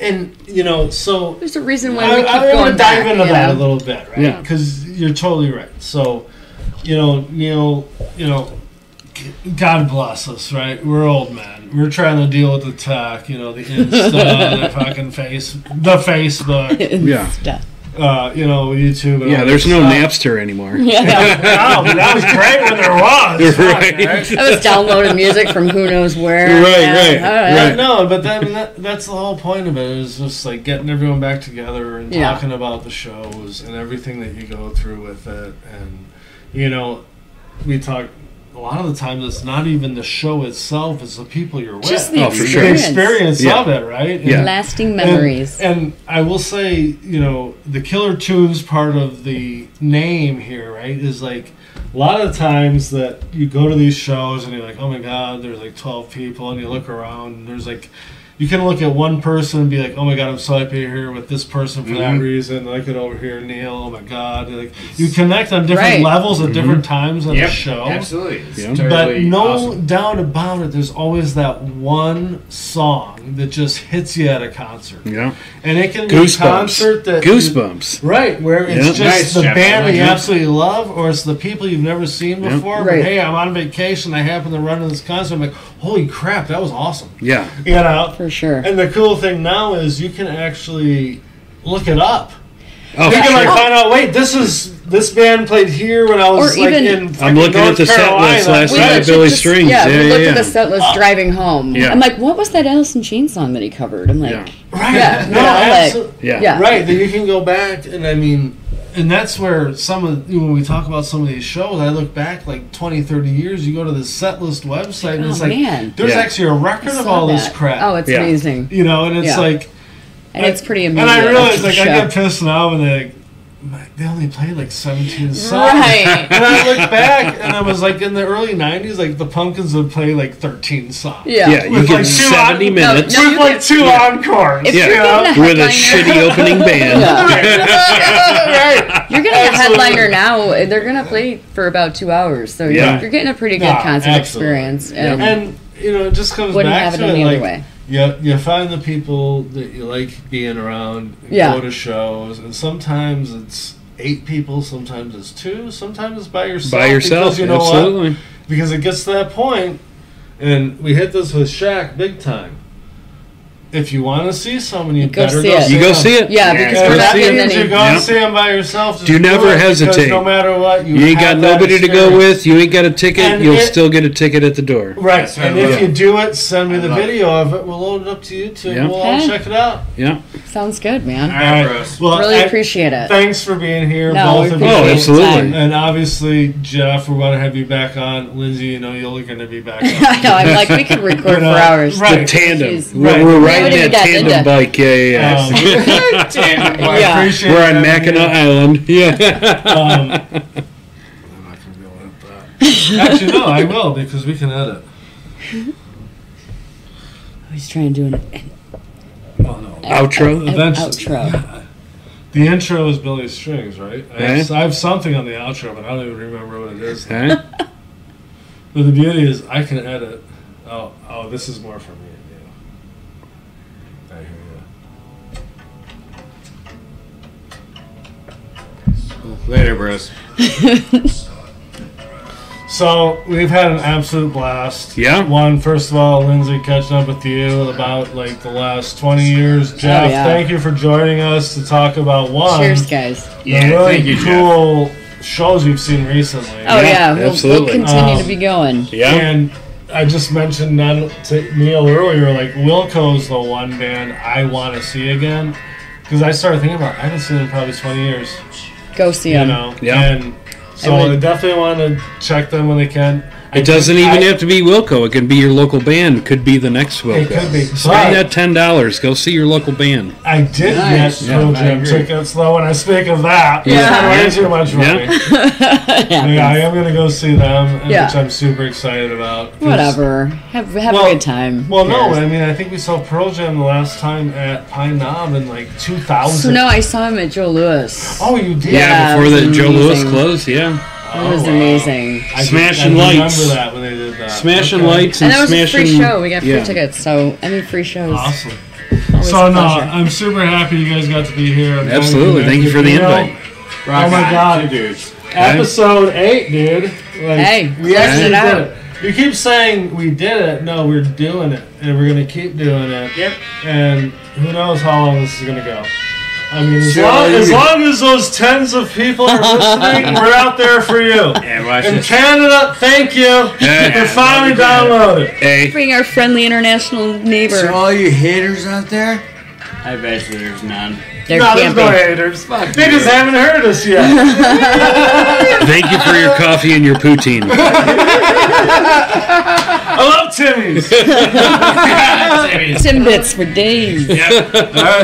And you know, so
There's a reason why
I,
we keep
I want
going
to dive
back,
into
you
that
know?
a little bit, right?
Yeah.
Because you're totally right. So, you know, Neil, you know, g- God bless us, right? We're old men. We're trying to deal with the tech, you know, the Insta, the fucking face, the Facebook,
Yeah.
Stuff.
uh, you know, YouTube. And
Yeah.
all
There's
this
no
stuff.
Napster anymore.
Yeah.
Oh, but that was great when there was.
right.
I was downloading music from who knows where.
Right,
Yeah,
right,
all
right.
No, but that, I mean, that, that's the whole point of it is just like getting everyone back together and
Yeah.
talking about the shows and everything that you go through with it. And, you know, we talk a lot of the times it's not even the show itself, it's the people you're with.
Just the
Oh, for sure.
the
experience.
experience
Yeah.
of it, right?
Yeah.
Lasting
And-
memories.
And, I will say, you know, the killer tunes part of the name here, right, is like a lot of times that you go to these shows and you're like, oh my god, there's like 12 people, and you look around and there's like, you can look at one person and be like, oh my god, I'm so happy you're here with this person for
Mhm.
that reason. I could over here, Neil, oh my god. and, Like you connect on different
Right.
levels at different times on
Mm-hmm. Yep,
the show.
absolutely. It's
Yeah. But
But
totally
no
awesome.
doubt about it, there's always that one song that just hits you at a concert.
Yeah.
And it can
Goosebumps.
be a concert that
Goosebumps.
right, where it's
Yeah.
just
Nice,
the
Jeff, I
band
like
that you
that.
absolutely love, or it's the people you've never seen
Yeah.
before.
Right.
But hey, I'm on vacation. I happen to run to this concert. I'm like, holy crap, that was awesome.
Yeah.
You know.
for sure.
And the cool thing now is you can actually look it up.
Oh,
You can like
sure.
find out. Wait, this is this band played here when I was
Or
like
even-
in.
I'm
fucking
looking
North
at the set
Carolina.
list last
We
night.
looked
at
at
Billy
the-
Strings.
Yeah, we
Yeah, yeah,
looked
yeah.
at the set list
Uh,
driving home.
Yeah.
I'm like, what was that Allison Chain song that he covered? I'm like,
Yeah.
Right.
Yeah,
No,
you know, like-
abso-
Yeah.
Yeah.
Right, that you can go back and I mean and that's where some of when we talk about some of these shows, I look back like 20, 30 years, you go to the setlist website and
Oh,
it's like
man.
there's
Yeah.
actually a record
I
of
saw
all this
that.
crap.
Oh, it's
Yeah.
amazing.
you know, and it's
Yeah.
like
And it's pretty amazing.
And I realize
after
like
the
I
show.
get pissed now when they like, they only play like 17 songs.
Right.
And I look back and I was like in the early 90s like the Pumpkins would play like 13 songs.
Yeah.
Yeah, you
With,
get
like, two
70
hours-
minutes
No,
With
you
like
could-
two encores.
If
you
you're
know?
getting a
with a
headliner-
shitty opening band.
Yeah. You're getting a
Absolutely.
headliner now. and They're gonna play for about two hours, so
Yeah.
you're, you're getting a pretty good
No,
concert
absolutely.
experience. And
And you know, it just comes
wouldn't
back
have it
to
any
it,
other
like,
way.
You, you find the people that you like being around, you
Yeah.
go to shows, and sometimes it's eight people, sometimes it's two, sometimes it's by yourself.
By yourself,
because you know what?
absolutely.
Because it gets to that point, and we hit this with Shaq big time. If you want to see someone, you,
Go
better
see
go
it.
see
You go
them.
see it.
Yeah,
Yeah, because
If
we're
you
not
see
getting
it, you
any.
go and see them by yourself. Just
Do never
it, because
hesitate.
No matter what, you,
You ain't got
have that
nobody to go
experience.
with. You ain't got a ticket.
And
You'll
it-
still get a ticket at the door.
Right,
That's
and
what I
if
love.
you do it, send me
I
the
love it.
video of it. We'll load it up to YouTube.
Yeah.
We'll all
Okay.
check it out.
Yeah.
Sounds good, man.
All right, bros.
Well,
Really
I-
appreciate it.
Thanks for being here,
No,
both
we
of you.
Oh,
appreciate the
absolutely.
time.
And obviously, Jeff, we're going to have you back on. Lindsay, you know you're going to be back on.
I know. I'm like, we could record for
uh,
hours.
right.
The tandem.
Jeez.
We're, we're riding
Nobody
that
got
tandem
into-
bike. Yeah, yeah,
Um,
yeah.
Damn,
I
Yeah.
appreciate
we're on
having you.
Mackinac Island. Yeah.
Um, I'm not gonna be able to edit that. Actually, no, I will because we can edit.
I was trying to do an
Oh no!
Outro.
Eventually,
outro.
the intro is Billy Strings, right? I, have,
Eh?
I have something on the outro, but I don't even remember what it is. But
Huh?
the beauty is, I can edit. Oh, oh, this is more for me. and you. I hear
Later, bros.
you. So we've had an absolute blast.
Yeah.
One, first of all, Lindsay, catching up with you about like the last twenty years. Jeff,
Oh, yeah.
thank you for joining us to talk about one.
Cheers, guys.
yeah,
Yeah,
really
thank you, Jeff.
cool shows you've seen recently.
Oh, yeah.
Yeah,
We'll, we'll
absolutely.
continue
Um,
to be going.
Yeah.
And I just mentioned that to Neil earlier, like Wilco's the one band I want to see again. Because I started thinking about, I haven't seen them in probably 20 years,
Go see
you
them.
know?
Yeah.
And so
I
I,
would-
definitely want to check them when they can. I
It doesn't even
I-
have to be Wilco. It could be your local band. Could be the next Wilco.
It could be.
Spend
But
that ten dollars. Go see your local band.
I did
Nice.
get
Yeah,
Pearl
I
Jam
agree.
tickets, though, when I speak of that. it's
Yeah.
Way too much for
Yeah.
me. Yeah, I am going to go see them, and
Yeah.
which I'm super excited about. 'cause-
Whatever. Have, have
Well-
a good time.
Well, no,
Cheers.
I mean, I think we saw Pearl Jam the last time at Pine Knob in like 2000.
So, no, I saw him at Joe Lewis.
Oh, you did?
Yeah,
Yeah,
before
it
the
was
Joe Lewis
amazing.
closed. Yeah,
Oh,
it was
wow.
amazing.
I
Smash
did-
and
I
Lights.
remember that when they did that.
smashing
Okay.
lights
And
and,
that was a
smashing.
free show. We got free
yeah.
tickets, so I mean free shows.
Awesome.
Always
So,
a
no,
pleasure.
I'm super happy you guys got to be here. I'm
Absolutely.
glad
Thank you for the
you know,
invite.
Rock
Oh my
on,
God.
you dudes.
Episode 8, dude. Like,
Hey,
we
let's
actually
get out.
did it. You keep saying we did it. No, we're doing it, and we're going to keep doing it.
Yep.
and who knows how long this is going to go. I mean, as
Sure.
long, as long as those tens of people are listening, we're out there for you.
Yeah, watch
In
this.
Canada, thank you
Yeah.
for finally downloaded.
Hey,
Bring our friendly international neighbor.
So all you haters out there, I bet you there's none.
there
No, there's
can't
no
be.
haters.
Fuck
They
you.
just haven't heard us yet.
thank you for your coffee and your poutine.
I love Timmy's.
Timbits for days.
All right.